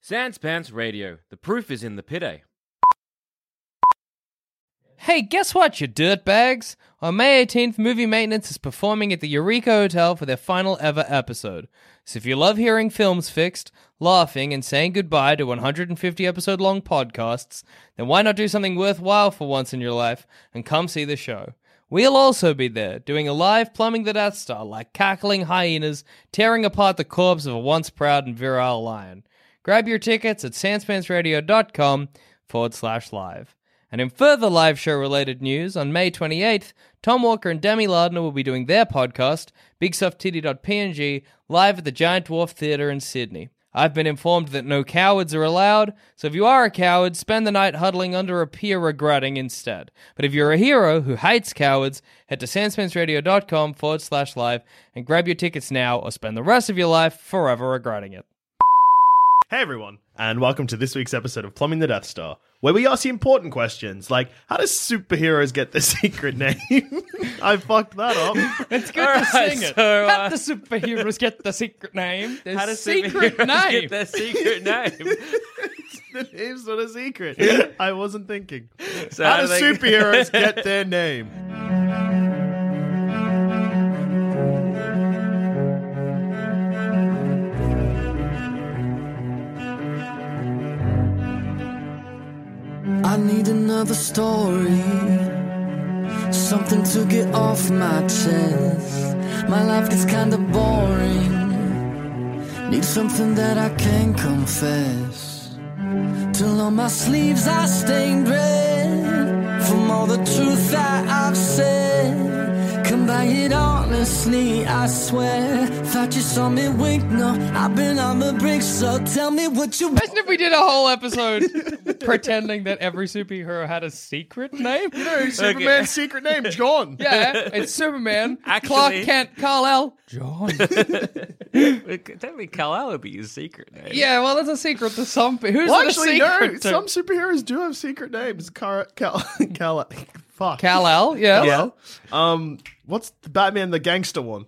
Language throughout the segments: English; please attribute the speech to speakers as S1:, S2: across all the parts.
S1: Sans Pants Radio. The proof is in the pit, eh?
S2: Hey, guess what, you dirtbags? On May 18th, Movie Maintenance is performing at the Eureka Hotel for their final ever episode. So if you love hearing films fixed, laughing, and saying goodbye to 150 episode long podcasts, then why not do something worthwhile for once in your life and come see the show? We'll also be there, doing a live plumbing the Death Star like cackling hyenas tearing apart the corpse of a once proud and virile lion. Grab your tickets at sanspansradio.com forward slash live. And in further live show related news, on May 28th, Tom Walker and Demi Lardner will be doing their podcast, BigSoftTitty.png, live at the Giant Dwarf Theatre in Sydney. I've been informed that no cowards are allowed, so if you are a coward, spend the night huddling under a pier regretting instead. But if you're a hero who hates cowards, head to sanspansradio.com forward slash live and grab your tickets now or spend the rest of your life forever regretting it.
S3: Hey everyone, and welcome to this week's episode of Plumbing the Death Star, where we ask you important questions like how do superheroes get their secret name? I fucked that up.
S2: It's good
S1: All
S2: to
S1: right,
S2: sing it.
S1: so,
S2: How
S1: uh,
S2: do superheroes get the secret name? Their
S1: How does
S2: secret
S1: superheroes
S2: name.
S1: get their secret name?
S3: the name's not a secret. I wasn't thinking.
S1: So
S3: how do
S1: do they-
S3: superheroes get their name?
S4: I need another story. Something to get off my chest. My life gets kinda boring. Need something that I can confess. Till on my sleeves I stained red. From all the truth that I've said. Come by it honestly, I swear. Thought you saw me wink, no. I've been on the brink, so tell me what you want.
S2: Imagine if we did a whole episode pretending that every superhero had a secret name.
S3: No, Superman's secret name, John.
S2: Yeah, it's Superman, Clark
S1: Actually-
S2: Kent, Carl L. John.
S1: Technically, Kal-El would be his secret name.
S2: Yeah, well, that's a secret to some people. Who's
S3: Well,
S2: it a
S3: actually, no.
S2: secret to?
S3: Some superheroes do have secret names. Car- Cal, Cal, fuck.
S2: Cal L. Yeah.
S3: Hello. Um, what's the Batman the gangster one?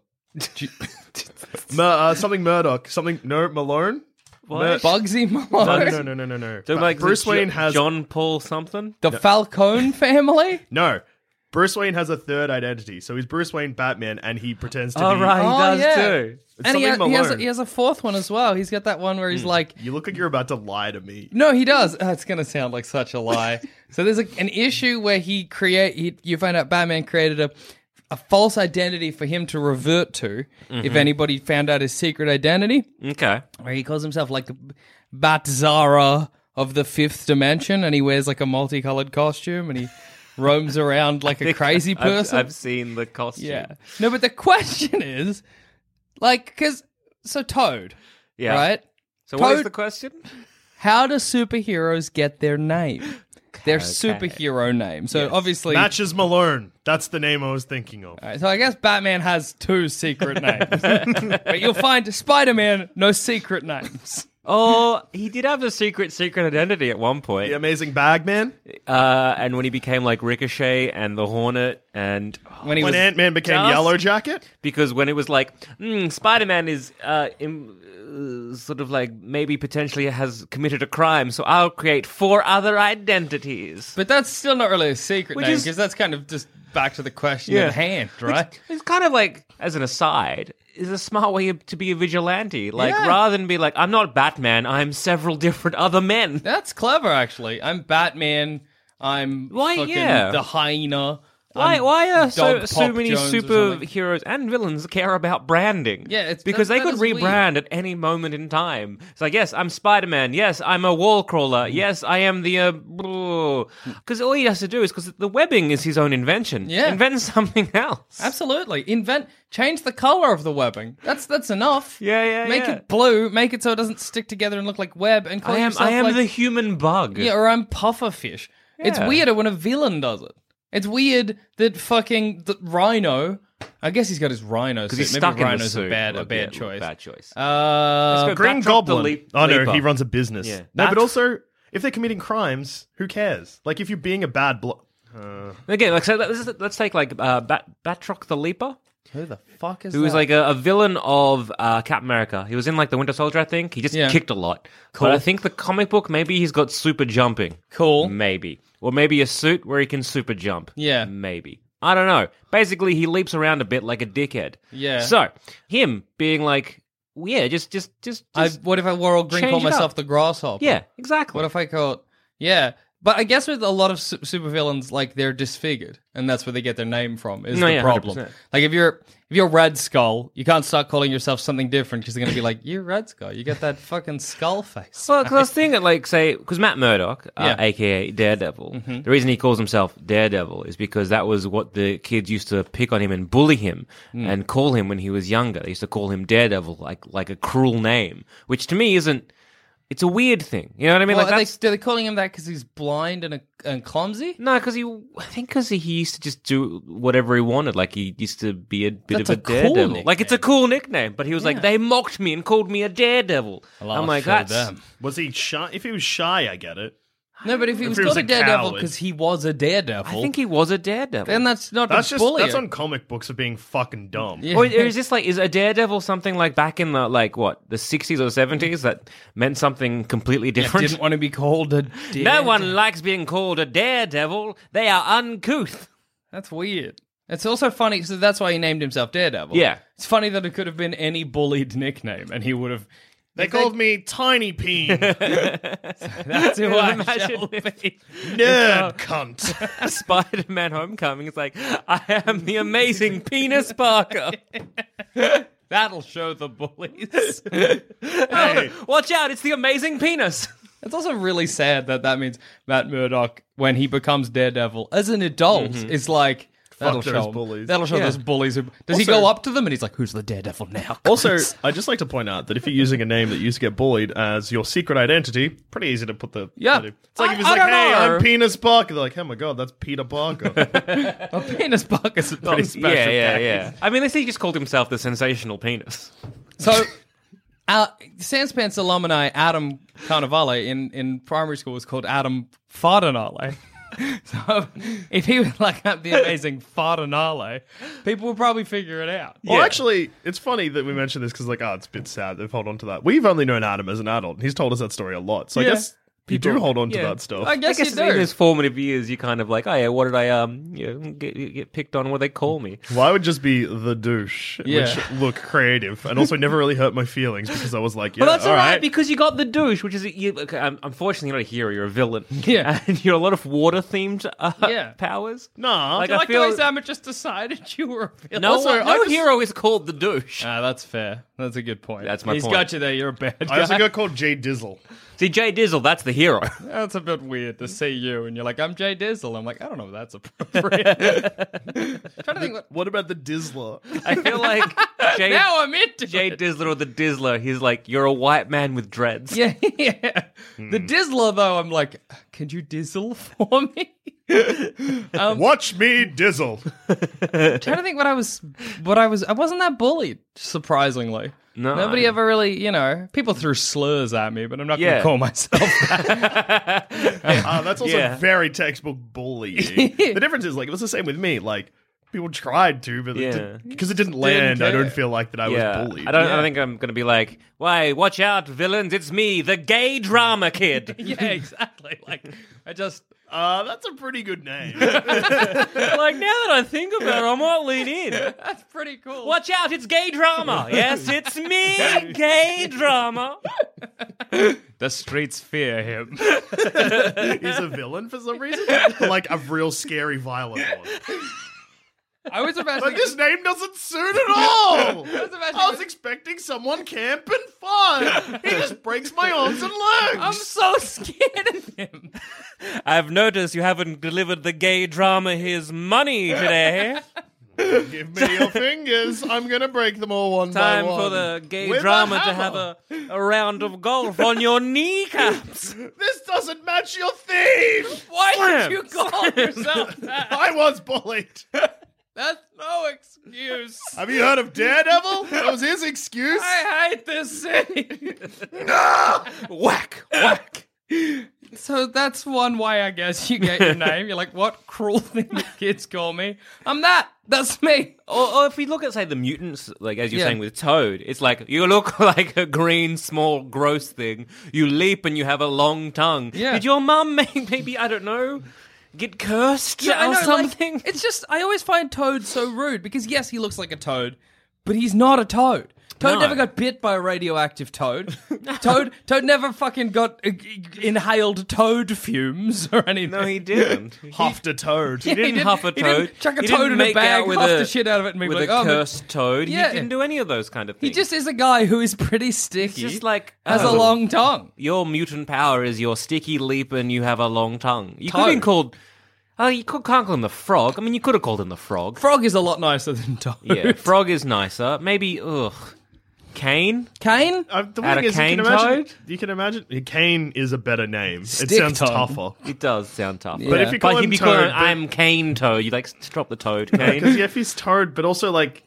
S3: Mur- uh, something Murdoch. Something no Malone.
S1: What?
S2: Bugsy Malone,
S3: No, no, no, no, no, no.
S1: So,
S3: But
S1: like,
S3: Bruce
S1: the
S3: Wayne
S1: Jo-
S3: has
S1: John Paul something.
S2: the Falcone family.
S3: no. Bruce Wayne has a third identity, so he's Bruce Wayne Batman, and he pretends to
S1: Oh
S3: be.
S1: right, he
S2: Oh,
S1: does
S2: yeah.
S1: too.
S3: It's
S2: and he,
S3: something
S2: ha- he has a,
S3: Malone.
S2: he has a fourth one as well. He's got that one where
S1: Hmm.
S2: he's like,
S3: You look like you're about to lie to me.
S2: No, he does. Oh, it's gonna sound like such a lie. so there's a, an issue where he create. He, you find out Batman created a a false identity for him to revert to
S1: Mm-hmm.
S2: if anybody found out his secret identity.
S1: Okay.
S2: Where he calls himself like Batzara of the fifth dimension, and he wears like a multicolored costume, and he roams around like a crazy
S1: I've-
S2: person.
S1: I've, seen the costume.
S2: yeah. No, but the question is, like, because so Toad,
S1: Yeah.
S2: right?
S1: So what is
S2: Toad-
S1: the question?
S2: How do superheroes get their name? Their superhero name. So obviously,
S3: Matches Malone. That's the name I was thinking of.
S2: Alright, so I guess Batman has two secret names, but you'll find Spider-Man no secret names.
S1: Oh, he did have a secret secret identity at one point.
S3: The Amazing Bagman.
S1: Uh, and when he became like Ricochet and the Hornet, and
S2: When he
S3: When
S2: was
S3: Ant Man became
S1: Just-
S3: Yellow Jacket.
S1: because when it was like mm, Spider Man is uh, im- uh, sort of like maybe potentially has committed a crime, so I'll create four other identities.
S2: but that's still not really a secret
S1: Which
S2: name
S1: is-
S2: because that's kind of just back to the question
S1: Yeah.
S2: at hand, right?
S1: It's kind of like, as an aside, is a smart way to be a vigilante. Like rather than be like, I'm not Batman. I'm several different other men.
S2: That's clever, actually. I'm Batman. I'm
S1: Why,
S2: fucking
S1: yeah.
S2: the hyena.
S1: Why?
S2: I'm
S1: Why are so
S2: Dog
S1: so
S2: Pop
S1: many
S2: Jones or something.
S1: superheroes and villains care about branding?
S2: Yeah, it's-
S1: because
S2: that-
S1: they
S2: that
S1: could
S2: is weird.
S1: rebrand at any moment in time. It's like, yes, I'm Spider Man. Yes, I'm a wall crawler.
S2: Mm.
S1: Yes, I am the. Because all he has to do is because the webbing is his own invention.
S2: Yeah.
S1: invent something else.
S2: Absolutely. Invent change the color of the webbing. That's that's enough.
S1: Yeah, yeah,
S2: Make
S1: yeah.
S2: it blue, make it so it doesn't stick together and look like web and call
S1: I am.
S2: yourself
S1: I am
S2: like,
S1: the human bug.
S2: Yeah, or I'm pufferfish. It's
S1: Yeah.
S2: weirder when a villain does it. It's weird that fucking the rhino I guess he's got his rhino suit.
S1: Because he's
S2: Maybe
S1: stuck in the
S2: rhino's
S1: suit.
S2: a bad a
S1: Look,
S2: bad
S1: yeah,
S2: choice.
S1: Bad choice.
S2: Uh,
S1: Let's go
S3: Green
S1: backtrack to
S3: Goblin.
S1: Leap-
S3: oh no,
S1: Leaper.
S3: he runs a business.
S1: Yeah.
S3: No,
S1: Bat-
S3: but also if they're committing crimes, who cares? Like if you're being a bad blo- uh,
S1: Again, like so, let's, let's take like uh, Bat- Batroc the Leaper.
S2: who the fuck is
S1: who was
S2: that?
S1: like a, a villain of uh, Captain America. He was in like the Winter Soldier, I think. He just
S2: Yeah.
S1: kicked a lot. But I think the comic book, maybe he's got super jumping.
S2: Cool.
S1: Maybe. Or maybe a suit where he can super jump.
S2: Yeah.
S1: Maybe. I don't know. Basically, he leaps around a bit like a dickhead.
S2: Yeah.
S1: So, him being like, yeah, just, just, just,
S2: I,
S1: just
S2: what if I wore all green
S1: change
S2: called
S1: it up.
S2: myself the grasshopper?
S1: yeah, exactly.
S2: What if I call it? Yeah, but I guess with a lot of su- supervillains, like they're disfigured, and that's where they get their name from. Is
S1: No,
S2: the
S1: yeah,
S2: problem?
S1: 100%.
S2: Like if you're if you're Red Skull, you can't start calling yourself something different because they're gonna be like, "You're Red Skull. You got that fucking skull face."
S1: Well, because I was thinking, like, say, because Matt Murdock, uh,
S2: Yeah. Mm-hmm.
S1: aka Daredevil, the reason he calls himself Daredevil is because that was what the kids used to pick on him and bully him
S2: Mm.
S1: and call him when he was younger. They used to call him Daredevil, like like a cruel name, which to me isn't. It's a weird thing, you know what I mean?
S2: Well,
S1: like
S2: are,
S1: that's
S2: they, are they calling him that because he's blind and, a, and clumsy?
S1: no, because he, I think, because he used to just do whatever he wanted. Like he used to be a bit
S2: That's
S1: of
S2: a
S1: a,
S2: cool
S1: daredevil.
S2: nickname.
S1: like it's a cool nickname, but he was
S2: Yeah.
S1: like they mocked me and called me a daredevil. I'm like that's
S3: was he shy? If he was shy, I get it.
S2: No, but if he was
S3: he
S2: called
S3: was
S2: a
S3: a
S2: daredevil
S3: coward.
S2: because he was a daredevil,
S1: I think he was a daredevil.
S2: then that's not
S3: That's
S2: a
S3: just
S2: bully.
S3: that's on comic books for being fucking dumb.
S2: Yeah.
S1: Or is this like is a daredevil something like back in the like what the sixties or seventies that meant something completely different?
S2: Didn't want to be called a daredevil.
S1: no one likes being called a daredevil. They are uncouth.
S2: That's weird. It's also funny, so that's why he named himself Daredevil.
S1: Yeah.
S2: It's funny that it could have been any bullied nickname, and he would have.
S3: They called me Tiny Peen.
S2: That's who I
S1: Imagine
S2: shall-
S1: if he-
S3: Nerd cunt.
S1: Spider-Man: Homecoming is like, I am the amazing Penis Parker.
S2: That'll show the bullies.
S3: Hey.
S1: Watch out! It's the amazing penis.
S2: it's also really sad that that means Matt Murdock, when he becomes Daredevil as an adult,
S1: Mm-hmm.
S2: is like. That'll
S3: those
S2: show 'em.
S3: bullies.
S2: That'll show those bullies. Who, does he
S3: Also-
S2: go up to them and he's like, "Who's the daredevil now?"
S3: Also, I'd just like to point out that if you're using a name that used to get bullied as your secret identity, pretty easy to put the.
S2: Yeah.
S3: It's like if he's
S2: I- I
S3: like,
S2: don't
S3: hey,
S2: know."
S3: I'm Penis Parker. They're like, oh my god, that's Peter Parker.
S2: a penis bug is a pretty special.
S1: Oh, yeah,
S2: guy.
S1: yeah. I mean, they say he just called himself the sensational penis.
S2: So, uh, Sanspants alumni Adam Carnivale in, in primary school was called Adam Fardinale. so, if he was like up the amazing Fardinale, people would probably figure it out.
S3: Well, actually, it's funny that we mentioned this because, like, oh, it's a bit sad. They've held on to that. We've only known Adam as an adult, and he's told us that story a lot. So
S2: Yeah.
S3: I guess you do hold on to
S1: yeah.
S3: that stuff.
S2: I guess,
S1: I guess
S2: you
S1: in
S2: do.
S1: those formative years, you're kind of like, oh yeah, what did I um you know, get, get picked on? What they call me?
S3: Well, I would just be the douche,
S2: Yeah.
S3: which look creative, and also never really hurt my feelings because I was like, yeah,
S1: well, that's
S3: all right.
S1: because you got the douche, which is you, okay, um, unfortunately you're not a hero, you're a villain.
S2: Yeah.
S1: and you're a lot of water themed uh,
S2: Yeah.
S1: powers.
S3: nah,
S1: Like,
S2: I
S1: I
S2: like the
S1: feel-
S2: way Sam had just decided you were a villain.
S1: No,
S3: Also,
S1: one-
S3: I
S1: no
S3: just-
S1: hero is called the douche.
S2: Ah, that's fair. That's a good point.
S1: That's my
S2: He's
S1: point.
S2: got you there. You're a bad guy.
S3: I also got called Jay Dizzle.
S1: See, Jay Dizzle, that's the hero.
S2: That's a bit weird to see you, and you're like, "I'm Jay Dizzle." I'm like, I don't know if that's appropriate. trying to think what.
S3: What about the Dizzler?
S1: I feel like Jay,
S2: Now I'm into
S1: Jay
S2: it.
S1: Dizzler or the Dizzler. He's like, you're a white man with dreads.
S2: Yeah, yeah. The Dizzler, though, I'm like, could you Dizzle for me? Um,
S3: Watch me Dizzle.
S2: trying to think what I was, what I was. I wasn't that bullied, surprisingly.
S1: No.
S2: Nobody ever really, you know, people threw slurs at me, but I'm not going to
S1: Yeah.
S2: call myself that.
S3: Ah, that's also
S1: Yeah.
S3: very textbook bullying. the difference is like it was the same with me. Like people tried to, but
S1: Yeah.
S3: because it didn't land, I
S2: care.
S3: don't feel like that I
S1: Yeah,
S3: was bullied.
S1: I don't. I don't think I'm gonna be like, "Why, watch out, villains! It's me, the gay drama kid."
S2: yeah, exactly. Like, I just,
S3: Uh, that's a pretty good name.
S1: like now that I think about it, I might lean in.
S2: That's pretty cool.
S1: Watch out, it's gay drama. Yes, it's me, gay drama.
S5: The streets fear him.
S3: He's a villain for some reason, like a real scary violent one.
S2: I was about to
S3: But this name doesn't suit at all.
S2: about to-
S3: I was expecting someone camp and fun. He just breaks my arms and
S2: I'm
S3: legs.
S2: so scared of him.
S1: I've noticed you haven't delivered the gay drama his money today.
S3: Give me your fingers. I'm gonna break them all one
S1: Time
S3: by one.
S1: for the gay
S3: With a
S1: drama to
S3: hammer.
S1: have a, a round of golf on your kneecaps.
S3: This doesn't match your theme.
S2: Why did
S1: Slam.
S2: you call yourself that?
S3: I was bullied.
S2: That's no excuse.
S3: Have you heard of Daredevil? That was his excuse.
S2: I hate this city.
S1: whack, whack.
S2: so that's one way, I guess, you get your name. You're like, what cruel thing the kids call me? I'm that. That's me.
S1: Or, or if we look at, say, the mutants, like as you're
S2: Yeah.
S1: saying with Toad, it's like you look like a green, small, gross thing. You leap and you have a long tongue.
S2: Yeah.
S1: Did your mum may- maybe I don't know get cursed
S2: I
S1: or
S2: know, like,
S1: something?
S2: it's just I always find Toad so rude because yes, he looks like a toad, but he's not a toad. Toad
S1: No.
S2: never got bit by a radioactive toad. Toad Toad never fucking got uh, g- g- inhaled toad fumes or anything.
S1: no, he didn't.
S3: Huffed a toad.
S1: He didn't huff a
S2: he didn't
S1: toad.
S2: chuck a
S1: He
S2: toad
S1: didn't
S2: in a
S1: make
S2: bag,
S1: out with
S2: huff
S1: a-
S2: the shit out of it and be
S1: with
S2: like,
S1: a
S2: "Oh, but-"
S1: cursed toad.
S2: Yeah.
S1: He didn't do any of those kind of
S2: He
S1: things.
S2: just is a guy who is pretty sticky.
S1: just like,
S2: has a
S1: oh.
S2: long tongue.
S1: your mutant power is your sticky leap and you have a long tongue. You could
S2: Toad.
S1: have been called. Oh, you could, can't call him the frog. I mean, you could have called him the frog.
S2: Frog is a lot nicer than Toad.
S1: Yeah, frog is nicer. Maybe ugh, cane.
S2: Kane?
S3: Uh, the
S1: Out
S3: thing
S1: of
S3: is, you
S1: cane
S3: can imagine.
S1: toad?
S3: You can imagine. Kane is a better name. it
S2: Stick
S3: sounds
S2: toad.
S3: tougher.
S1: It does sound tough.
S2: But if
S3: you call
S1: he'd
S3: him
S1: be calling
S3: toad,
S1: him,
S3: but-
S1: I'm cane toad. You like s- drop the toad. Cane.
S3: Because yeah, if he's Toad, but also like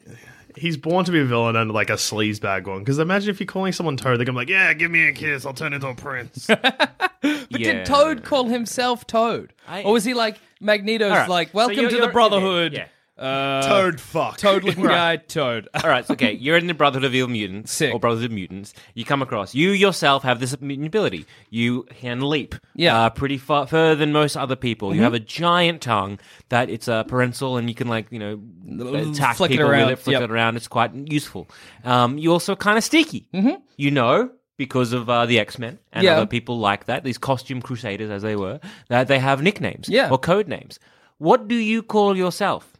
S3: he's born to be a villain and like a sleazebag one. Because imagine if you're calling someone Toad, they're gonna be like, "Yeah, give me a kiss, I'll turn into a prince."
S1: but
S2: Did Toad call himself Toad?
S1: I-
S2: or was he like Magneto's
S1: All right,
S2: like,
S1: so
S2: welcome
S1: you're-
S2: to the
S1: you're-
S2: Brotherhood?
S1: yeah.
S2: Uh,
S3: toad, fuck.
S2: Toad looking guy, Toad.
S1: All right, Oh, so, okay. You're in the Brotherhood of Evil Mutants
S2: Sick.
S1: or Brotherhood of Mutants. You come across you yourself have this mutant ability. You can leap,
S2: Yeah. Mm-hmm.
S1: uh, pretty far further than most other people. You have a giant tongue that it's uh, parental, and you can like you know attack
S2: Flick it
S1: people
S2: around,
S1: with it, flick
S2: yep.
S1: it around. It's quite useful. Um, you're also kind of sticky. Mm-hmm. You know. Because of uh, the X Men and
S2: Yeah.
S1: other people like that, these costume crusaders, as they were, that they have nicknames
S2: Yeah.
S1: or code names. What do you call yourself?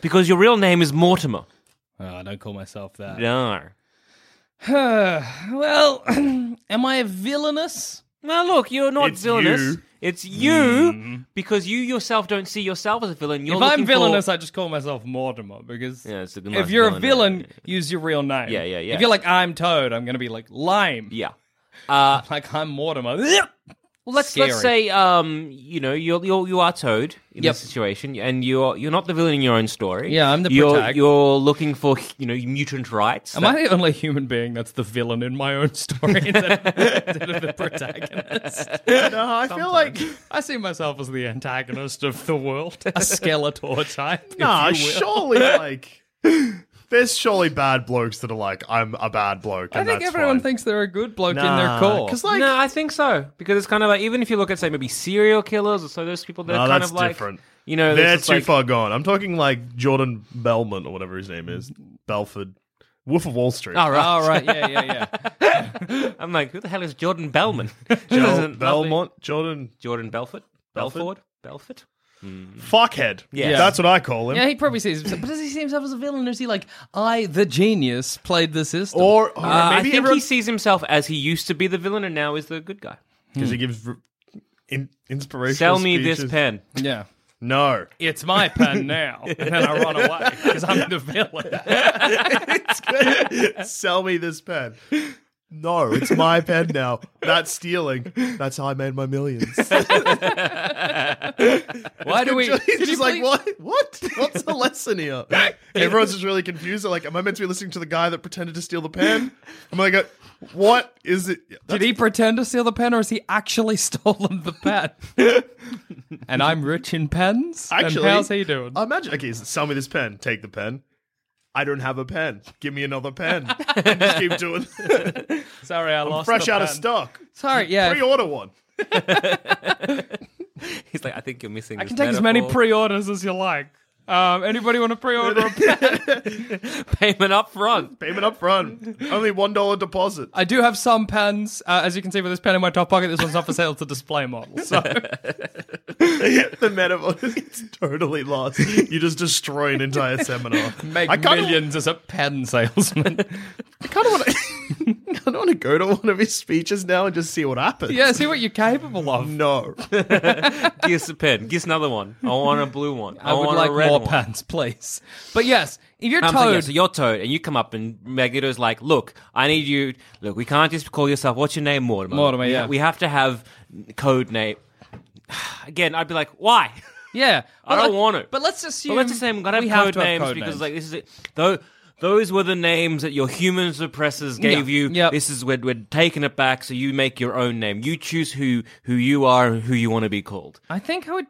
S1: Because your real name is Mortimer.
S2: Oh, I don't call myself that.
S1: No.
S2: well, am I a villainous?
S1: Now look, you're not
S3: It's
S1: villainous.
S3: you. Mm-hmm.
S1: It's you because you yourself don't see yourself as a villain. You're
S2: if I'm
S1: looking
S2: villainous,
S1: for...
S2: I just call myself Mortimer because
S1: Yeah, it's a nice
S2: if you're a
S1: villain,
S2: villain,
S1: yeah.
S2: use your real name.
S1: Yeah, yeah, yeah.
S2: If you're like I'm Toad, I'm gonna be like Lime.
S1: yeah. Uh,
S2: Like I'm Mortimer.
S1: well, let's let's
S2: Scary.
S1: say um, you know you're, you're you are Toad in
S2: Yep.
S1: this situation, and you're you're not the villain in your own story.
S2: Yeah, I'm the
S1: you're
S2: protag.
S1: you're looking for you know mutant rights.
S2: Am I the only human being that's the villain in my own story instead of, instead of the protagonist?
S3: no, I feel like
S2: I see myself as the antagonist of the world, a Skeletor type. if
S3: nah.
S2: you will.
S3: Surely, like there's surely bad blokes that are like, "I'm a bad bloke."
S2: I
S3: and
S2: think
S3: that's
S2: everyone
S3: fine.
S2: thinks they're a good bloke in their
S3: Nah,
S2: core.
S3: 'cause, like-
S1: no, I think so because it's kind of like even if you look at say maybe serial killers or so those people that
S3: No,
S1: are kind
S3: Oh, that's
S1: of like
S3: different.
S1: you know
S3: They're
S1: there's just
S3: too
S1: like-
S3: far gone. I'm talking like Jordan Belmont or whatever his name is, Belford, Wolf of Wall Street.
S1: All right.
S2: oh, right, yeah, yeah, yeah.
S1: I'm like, who the hell is Jordan Bellman?
S3: Bel-
S1: Jordan
S3: Belmont, Jordan
S1: Jordan Belfort? Belford?
S3: Belford?
S1: Belfort?
S3: Fuckhead.
S1: Yeah.
S3: that's what I call him.
S2: Yeah, he probably sees himself. But does he see himself as a villain? Or is he like, I, the genius, played the system?
S3: or, or
S1: Uh, I
S3: maybe
S1: think
S3: everyone-
S1: he sees himself as he used to be the villain and now is the good guy.
S3: because he gives r- in- inspiration.
S1: Sell me this pen.
S2: yeah.
S3: No,
S2: It's my pen now. And then I run away because I'm the villain.
S3: sell me this pen. No, it's my pen now. That's stealing. That's how I made my millions.
S2: Why do we.
S3: He's
S2: Could you
S3: just like,
S2: please-
S3: what? What? What's the lesson here? Everyone's just really confused. They're like, am I meant to be listening to the guy that pretended to steal the pen? I'm like, uh, what is it?
S2: Did he pretend to steal the pen or has he actually stolen the pen? and I'm rich in pens?
S3: Actually,
S2: and how's he doing?
S3: I imagine. Okay, so sell me this pen. Take the pen. I don't have a pen. Give me another pen. And just keep doing.
S2: Sorry, I lost
S3: Fresh
S2: the
S3: out of
S2: pen.
S3: stock.
S2: Sorry, yeah.
S3: Pre-order one.
S1: He's like, I think you're missing.
S2: I
S1: this
S2: can take as many
S1: metaphor.
S2: pre-orders as you like. Um, anybody want to pre-order? A
S1: payment up front.
S3: Payment up front. Only one dollar deposit.
S2: I do have some pens, uh, as you can see with this pen in my top pocket. This one's not for sale to display model. So
S3: the metaphor is totally lost. You just destroy an entire seminar.
S2: make
S3: I kinda-
S2: millions as a pen salesman.
S3: I kind of want to. I kind of want to go to one of his speeches now and just see what happens.
S2: yeah, see what you're capable of.
S3: No.
S1: Give us a pen. Give us another one. I want a blue one. I,
S2: I would
S1: want
S2: like
S1: a red
S2: more
S1: one.
S2: pens, please. But yes, if you're
S1: I'm
S2: Toad,
S1: thinking, so you're Toad, and you come up, and Magneto's like, "Look, I need you. Look, we can't just call yourself. What's your name, Mortimer?
S2: Mortimer,
S1: We-
S2: yeah.
S1: We have to have code name. Again, I'd be like, why?
S2: yeah,
S1: I
S2: But
S1: don't
S2: let-
S1: want it.
S2: But let's assume.
S1: But let's just say I'm gonna have
S2: we
S1: code
S2: to have
S1: names
S2: code
S1: because,
S2: names.
S1: like, this is it. Though those were the names that your human suppressors gave
S2: Yeah.
S1: you.
S2: Yep.
S1: This is where we're taking it back. So you make your own name. You choose who who you are and who you want to be called.
S2: I think I would.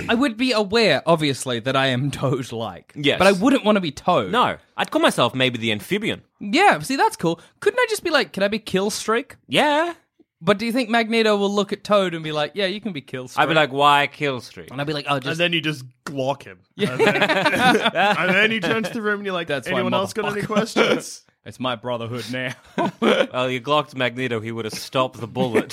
S2: I would be aware, obviously, that I am Toad-like.
S1: Yes.
S2: but I wouldn't want to be Toad.
S1: No, I'd call myself maybe the amphibian.
S2: Yeah, see, that's cool. Couldn't I just be like, can I be Killstreak?
S1: Yeah,
S2: But do you think Magneto will look at Toad and be like, yeah, you can be Killstreak?
S1: I'd be like, why Killstreak?
S2: and I'd be like, oh,
S3: And
S2: just
S3: then you just glock him. And, then, and then you turn to the room and you're like,
S2: That's why,
S3: anyone else got any questions?
S2: it's my brotherhood now.
S1: Well, you glocked Magneto, he would have stopped the bullet.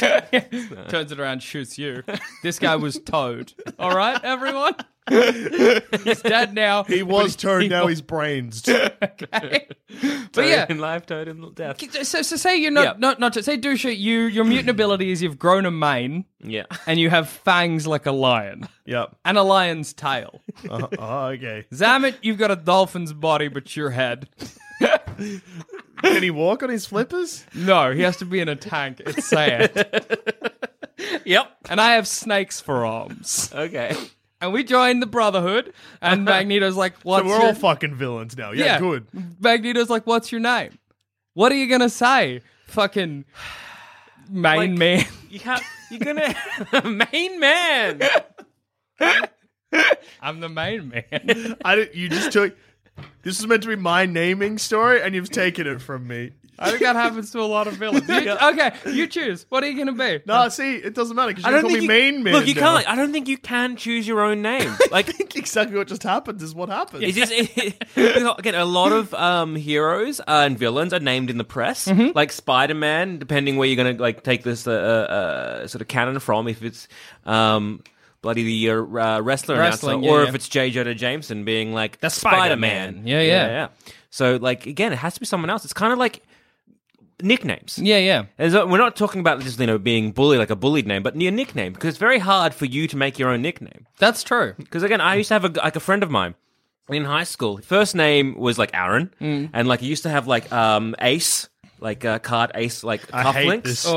S2: Turns it around, shoots you. This guy was Toad. All right, everyone. he's dead now.
S3: He was turned, now he's brains.
S2: But yeah,
S1: in life, Toad in death.
S2: so, so say you're not
S1: Yeah.
S2: not not say Dusha, you your mutant ability is you've grown a mane
S1: Yeah.
S2: and you have fangs like a lion
S3: yep.
S2: and a lion's tail.
S3: Uh, oh, okay.
S2: Zamet, you've got a dolphin's body but your head.
S3: Can he walk on his flippers?
S2: No, he has to be in a tank. It's sad.
S1: Yep.
S2: and I have snakes for arms.
S1: Okay.
S2: And we joined the Brotherhood. And Magneto's like, "What's
S3: So we're
S2: your-
S3: all fucking villains now. Yeah, good.
S2: Magneto's like, "What's your name? What are you gonna say, fucking main
S1: Like-
S2: man?"
S1: You have, you're gonna main man.
S2: I'm the main man.
S3: I don't, you just took. This was meant to be my naming story, and you've taken it from me.
S2: I think that happens to a lot of villains. You- Okay, you choose. What are you gonna be?
S3: No, see, it doesn't matter because you call me main man.
S1: Look, you
S3: now.
S1: can't. I don't think you can choose your own name.
S3: I
S1: Like,
S3: think exactly what just happened is what happened.
S1: it's just again a lot of um, heroes uh, and villains are named in the press,
S2: Mm-hmm.
S1: like Spider Man. Depending where you're gonna like take this uh, uh, sort of canon from, if it's um, bloody the uh,
S2: Wrestling,
S1: wrestler announcer,
S2: yeah,
S1: or
S2: yeah.
S1: if it's J. Jonah Jameson being like
S2: The
S1: Spider-Man.
S2: Spider-Man. Yeah, yeah.
S1: So like again, it has to be someone else. It's kind of like nicknames.
S2: Yeah, yeah.
S1: And so we're not talking about just you know being bullied like a bullied name, but your nickname because it's very hard for you to make your own nickname.
S2: That's true.
S1: Because again, I used to have a, like a friend of mine in high school. First name was like Aaron, and like he used to have like um Ace, like uh, card Ace, like
S3: I
S1: cufflinks. Oh.
S3: hate this Oh,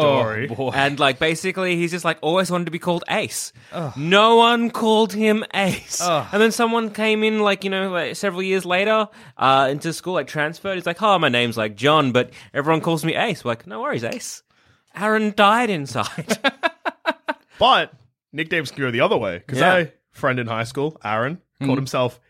S3: story.
S1: And like basically, he's just like always wanted to be called Ace. No one called him Ace. And then someone came in like you know like, several years later uh, into school, like transferred. He's like, oh, my name's like John, but everyone calls me Ace. We're like, no worries, Ace. Aaron died inside.
S3: But nicknames can go the other way because
S1: Yeah.
S3: I friend in high school, Aaron, called himself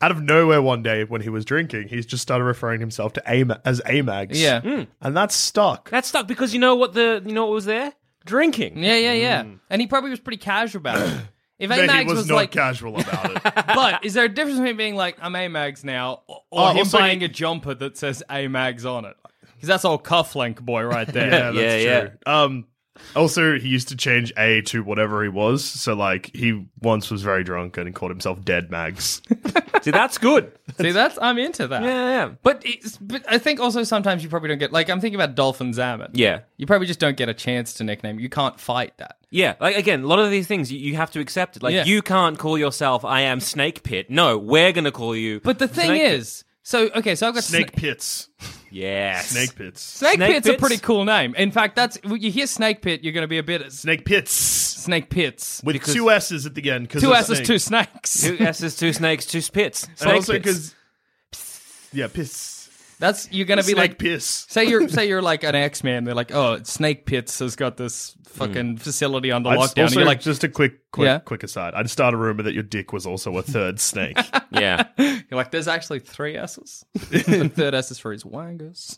S3: out of nowhere one day when he was drinking. He's just started referring himself to A as Amags.
S2: Yeah.
S3: and that's stuck.
S1: Hmm. that stuck because you know what the you know what was there drinking.
S2: Yeah, yeah, yeah. And he probably was pretty casual about it. If
S3: That he
S2: Amags
S3: was,
S2: was,
S3: not
S2: like,
S3: casual about it.
S2: but is there a difference between being like I'm Amags now or, or
S3: Oh,
S2: him
S3: also
S2: buying
S3: you-
S2: a jumper that says Amags on it? Because that's all cufflink boy right there.
S3: yeah, that's
S1: Yeah,
S3: true. Um, also, he used to change A to whatever he was. So, like, he once was very drunk and called himself Dead Mags.
S1: See, that's good.
S2: See, that's I'm into that.
S1: Yeah, yeah.
S2: But it's, but I think also sometimes you probably don't get like I'm thinking about Dolphin Zaman.
S1: Yeah.
S2: you probably just don't get a chance to nickname. You can't fight that.
S1: Yeah, like again, a lot of these things you, you have to accept it. Like
S2: Yeah.
S1: you can't call yourself "I am Snake Pit." No, we're gonna call you.
S2: But the thing
S1: Snake Pit.
S2: is, so okay, so I've got
S3: Snake
S2: Sna-
S3: Pits.
S1: yes,
S3: Snake Pits.
S2: Snake,
S1: Snake
S2: Pit's a
S1: Pits?
S2: pretty cool name. In fact, that's when you hear Snake Pit, you're going to be a bit at
S3: Snake Pits.
S2: Snake Pits.
S3: With two S's at the end. 'cause
S2: Two
S3: of
S2: S's,
S3: snake.
S2: two snakes.
S1: Two S's, two snakes, two spits.
S3: And
S1: Snake
S3: also
S1: pits.
S3: because. Yeah, Pits.
S2: That's you're gonna be
S3: Snake
S2: like
S3: piss.
S2: Say you're say you're like an X Man. They're like, oh, Snake Pits has got this
S1: Hmm.
S2: fucking facility under
S3: I'd s-
S2: lockdown.
S3: also,
S2: You're like,
S3: just a quick, quick,
S2: Yeah.
S3: quick aside. I'd start a rumor that your dick was also a third snake.
S1: Yeah.
S2: you're like, there's actually three S's. the third S is for his wangers.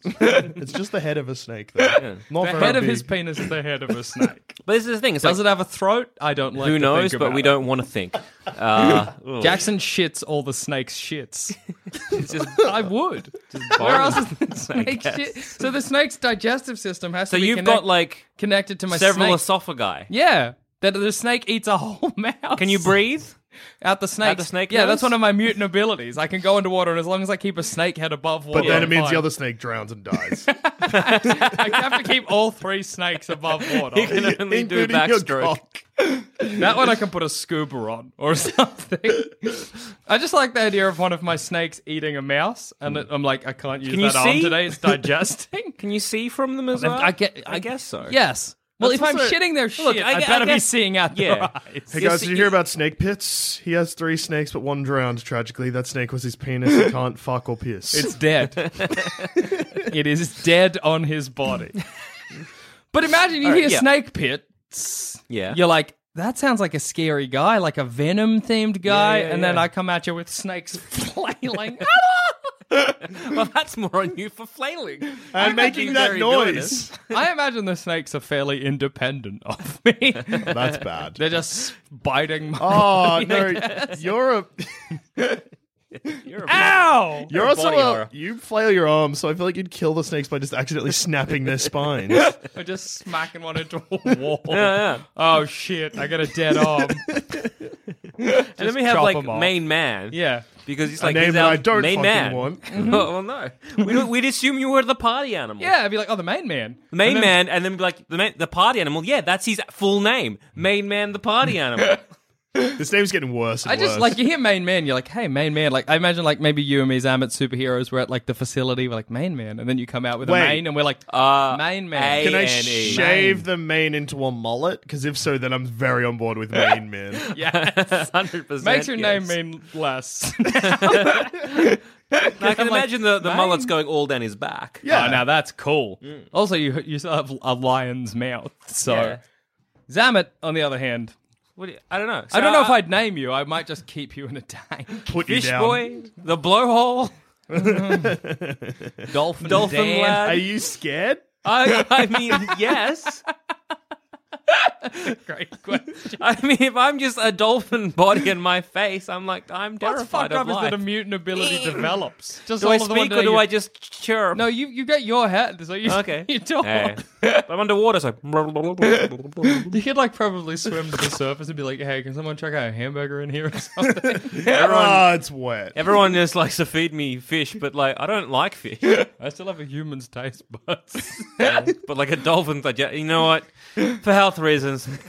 S3: it's just the head of a snake, though. Not
S2: the
S3: very
S2: head of
S3: big.
S2: his penis is the head of a snake.
S1: But this is the thing. It's
S2: Does
S1: like,
S2: it have a throat? I don't like.
S1: who
S2: to
S1: knows?
S2: think
S1: But
S2: about
S1: we
S2: it.
S1: don't want to think. Uh, ugh,
S2: Jackson shits all the snakes shits.
S1: it's just
S2: I would. Where
S1: boring.
S2: else is the snake
S1: guess.
S2: shit? So the snake's digestive system has
S1: So
S2: to be
S1: you've
S2: connect-
S1: got like
S2: connected to my
S1: several
S2: snake.
S1: esophagi.
S2: yeah. That the snake eats a whole mouse.
S1: Can you breathe?
S2: out the snake?
S1: Out the snake
S2: Yeah,
S1: nose?
S2: that's one of my mutant abilities. I can go into water, and as long as I keep a snake head above water,
S3: But then
S2: I'm
S3: it means
S2: fine.
S3: the other snake drowns and dies,
S2: I have to keep all three snakes above
S1: You
S2: water.
S1: can only do a
S3: Including your
S1: backstroke.
S3: cock.
S2: that one I can put a scuba on or something. I just like the idea of one of my snakes eating a mouse, and
S3: Hmm.
S2: it, I'm like, I can't use
S1: Can you
S2: that arm
S1: see?
S2: today. It's digesting.
S1: Can you see from them as well?
S2: I get-
S1: I guess so.
S2: Yes. Well,
S1: That's
S2: if I'm
S1: also-
S2: shitting their shit,
S1: Look, I
S2: I,
S1: gu- I
S2: better be
S1: guess-
S2: seeing out their
S1: yeah.
S2: eyes.
S3: Hey
S1: Yes,
S3: guys, did you
S1: it
S3: hear
S1: is.
S3: about snake pits? He has three snakes, but one drowned tragically. That snake was his penis. He can't fuck or piss.
S2: It's dead. it is dead on his body. But imagine you hear
S1: yeah.
S2: snake pit.
S1: Yeah.
S2: You're like, that sounds like a scary guy, like a venom themed guy.
S1: yeah,
S2: and then
S1: yeah.
S2: I come at you with snakes flailing.
S1: well, that's more on you for flailing.
S3: I'm making that noise.
S2: I imagine the snakes are fairly independent of me.
S3: That's bad.
S2: They're just biting my.
S3: Oh no, you're a
S2: Ow!
S3: you're also
S1: body
S3: a,
S1: horror.
S3: you flail your arms, so I feel like you'd kill the snakes by just accidentally snapping their spines. It's
S2: I'm just smacking one into a wall. Oh shit! I got a dead arm.
S1: And then we have
S2: chop
S1: like
S2: 'em off.
S1: main man.
S2: Yeah.
S1: Because he's
S3: a
S1: like
S3: name
S1: he's
S3: that
S1: our
S3: I don't
S1: main
S3: fucking
S1: man.
S3: want.
S1: well, no, we don't, we'd assume you were the party animal.
S2: Mm-hmm. Yeah, I'd be like, oh, the main man.
S1: The
S2: And
S1: main
S2: then-
S1: man, and then be like the main, the party animal. Yeah, that's his full name. Main man, the party animal.
S3: This name's getting worse. And
S2: I just
S3: worse.
S2: like you hear main man, you're like, hey, main man. Like I imagine like maybe you and me's Amit superheroes were at like the facility, we're like main man, and then you come out with
S3: Wait.
S2: a main, and we're like,
S1: Uh,
S2: main man.
S1: A- E.
S3: Can I
S1: A-N-E.
S3: shave the mane into a mullet? Because if so, then I'm very on board with mane man.
S2: yeah,
S1: Hundred percent.
S2: makes your
S1: yes.
S2: name mean less.
S1: I can
S2: I'm like,
S1: imagine the, the
S2: main-
S1: mullet's going all down his back.
S2: yeah, now that's cool. Also, you you still have a lion's mouth, so.
S1: Mm. Yeah.
S2: Zamet, on the other hand,
S1: What do you- I don't know.
S2: I don't know if
S1: So, uh,
S2: I'd name you. I might just keep you in a tank.
S3: Put you
S1: fish
S3: down.
S1: boy, the blowhole,
S2: Dolphin,
S1: dolphin
S2: Dan.
S3: Are
S1: lad.
S3: you scared?
S1: I, I mean, yes.
S2: Great question.
S1: I mean, if I'm just a dolphin body in my face, I'm like, I'm
S2: What's
S1: terrified
S2: fucked
S1: of
S2: up is
S1: life.
S2: that a mutant ability develops. Just
S1: do
S2: all
S1: I
S2: of the one
S1: speak
S2: day
S1: or do
S2: you-
S1: I just chirp?
S2: No, you you got your hat. So you
S1: Okay.
S2: you don't.
S1: Hey. But I'm underwater, so.
S2: You could like probably swim to the surface and be like, "Hey, can someone check out a hamburger in here or something?"
S3: Ah, it's wet.
S1: Everyone just likes to feed me fish, but like, I don't like fish.
S2: I still have a human's taste buds.
S1: but like a dolphin's like, you know what? For health reasons,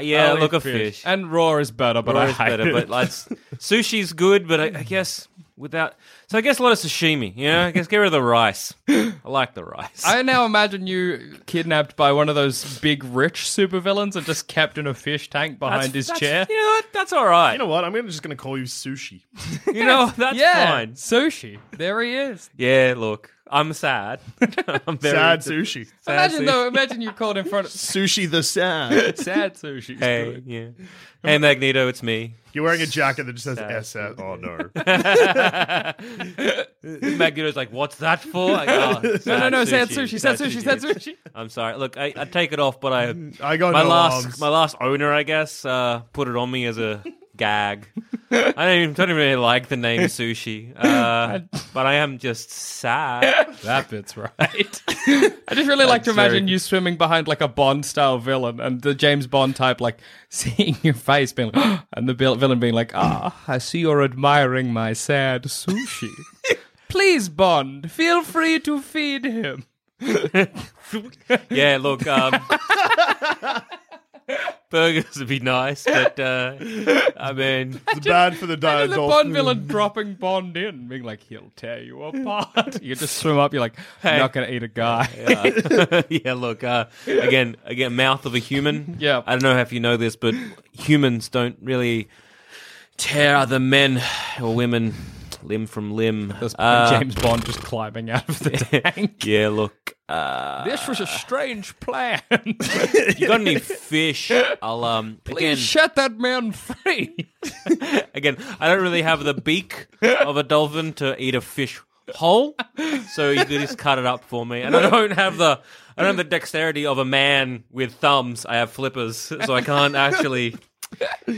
S1: yeah,
S2: I'll
S1: look
S2: eat
S1: a fish.
S2: and raw is better, but
S1: Raw
S2: I
S1: is
S2: hate
S1: better,
S2: it.
S1: but like, s- sushi's good, but I, I guess without. So I guess a lot of sashimi. You know, I guess get rid of the rice. I like the rice.
S2: I now imagine you kidnapped by one of those big rich supervillains and just kept in a fish tank
S1: That's-
S2: behind his
S1: that's-
S2: chair.
S1: You know what? That's all right.
S3: You
S1: You
S3: know what? I'm gonna just gonna call you sushi.
S1: know, that's
S2: Yeah,
S1: fine.
S2: sushi. There he is.
S1: Yeah, look, I'm sad. I'm very
S3: Sad
S1: sad
S3: sushi.
S2: Imagine
S1: sushi.
S2: though. Imagine you called in front of
S3: Sushi the sad.
S2: sad sushi.
S1: Hey, yeah. Hey, Magneto, it's me.
S3: You're wearing a jacket that just says SS. Oh no.
S1: Magneto's like, what's that for? Like, oh,
S2: No, no,
S1: sad
S2: no, sad sushi, sad sushi, sad
S1: It's-
S2: sushi.
S1: I'm sorry. Look, I, I take it off, but I
S3: I got
S1: my
S3: no
S1: last
S3: arms.
S1: my last owner, I guess, uh, put it on me as a gag. I don't even don't even really like the name sushi, uh, but I am just sad.
S2: That bit's right. I just really like to
S1: very
S2: imagine you swimming behind like a Bond style villain and the James Bond type like seeing your face being like, and the vil- villain being like, ah, I see you're admiring my sad sushi. Please, Bond, feel free to feed him.
S1: Yeah, look, um, burgers would be nice, but uh, I mean,
S3: It's bad for the
S2: And
S3: diet.
S2: the Bond villain dropping Bond in, being like, he'll tear you apart. You just swim up, you're like, I'm not going to eat a guy.
S1: yeah, look, uh, again, again, mouth of a human.
S2: Yeah.
S1: I don't know if you know this, but humans don't really tear other men or women limb from limb.
S2: This point,
S1: Uh,
S2: James Bond just climbing out of the tank.
S1: Yeah, look. Uh,
S2: This was a strange plan.
S1: you got any fish? I'll um again
S2: Please set that man free.
S1: again. I don't really have the beak of a dolphin to eat a fish whole, so you could just cut it up for me. And I don't have the I don't have the dexterity of a man with thumbs. I have flippers, so I can't actually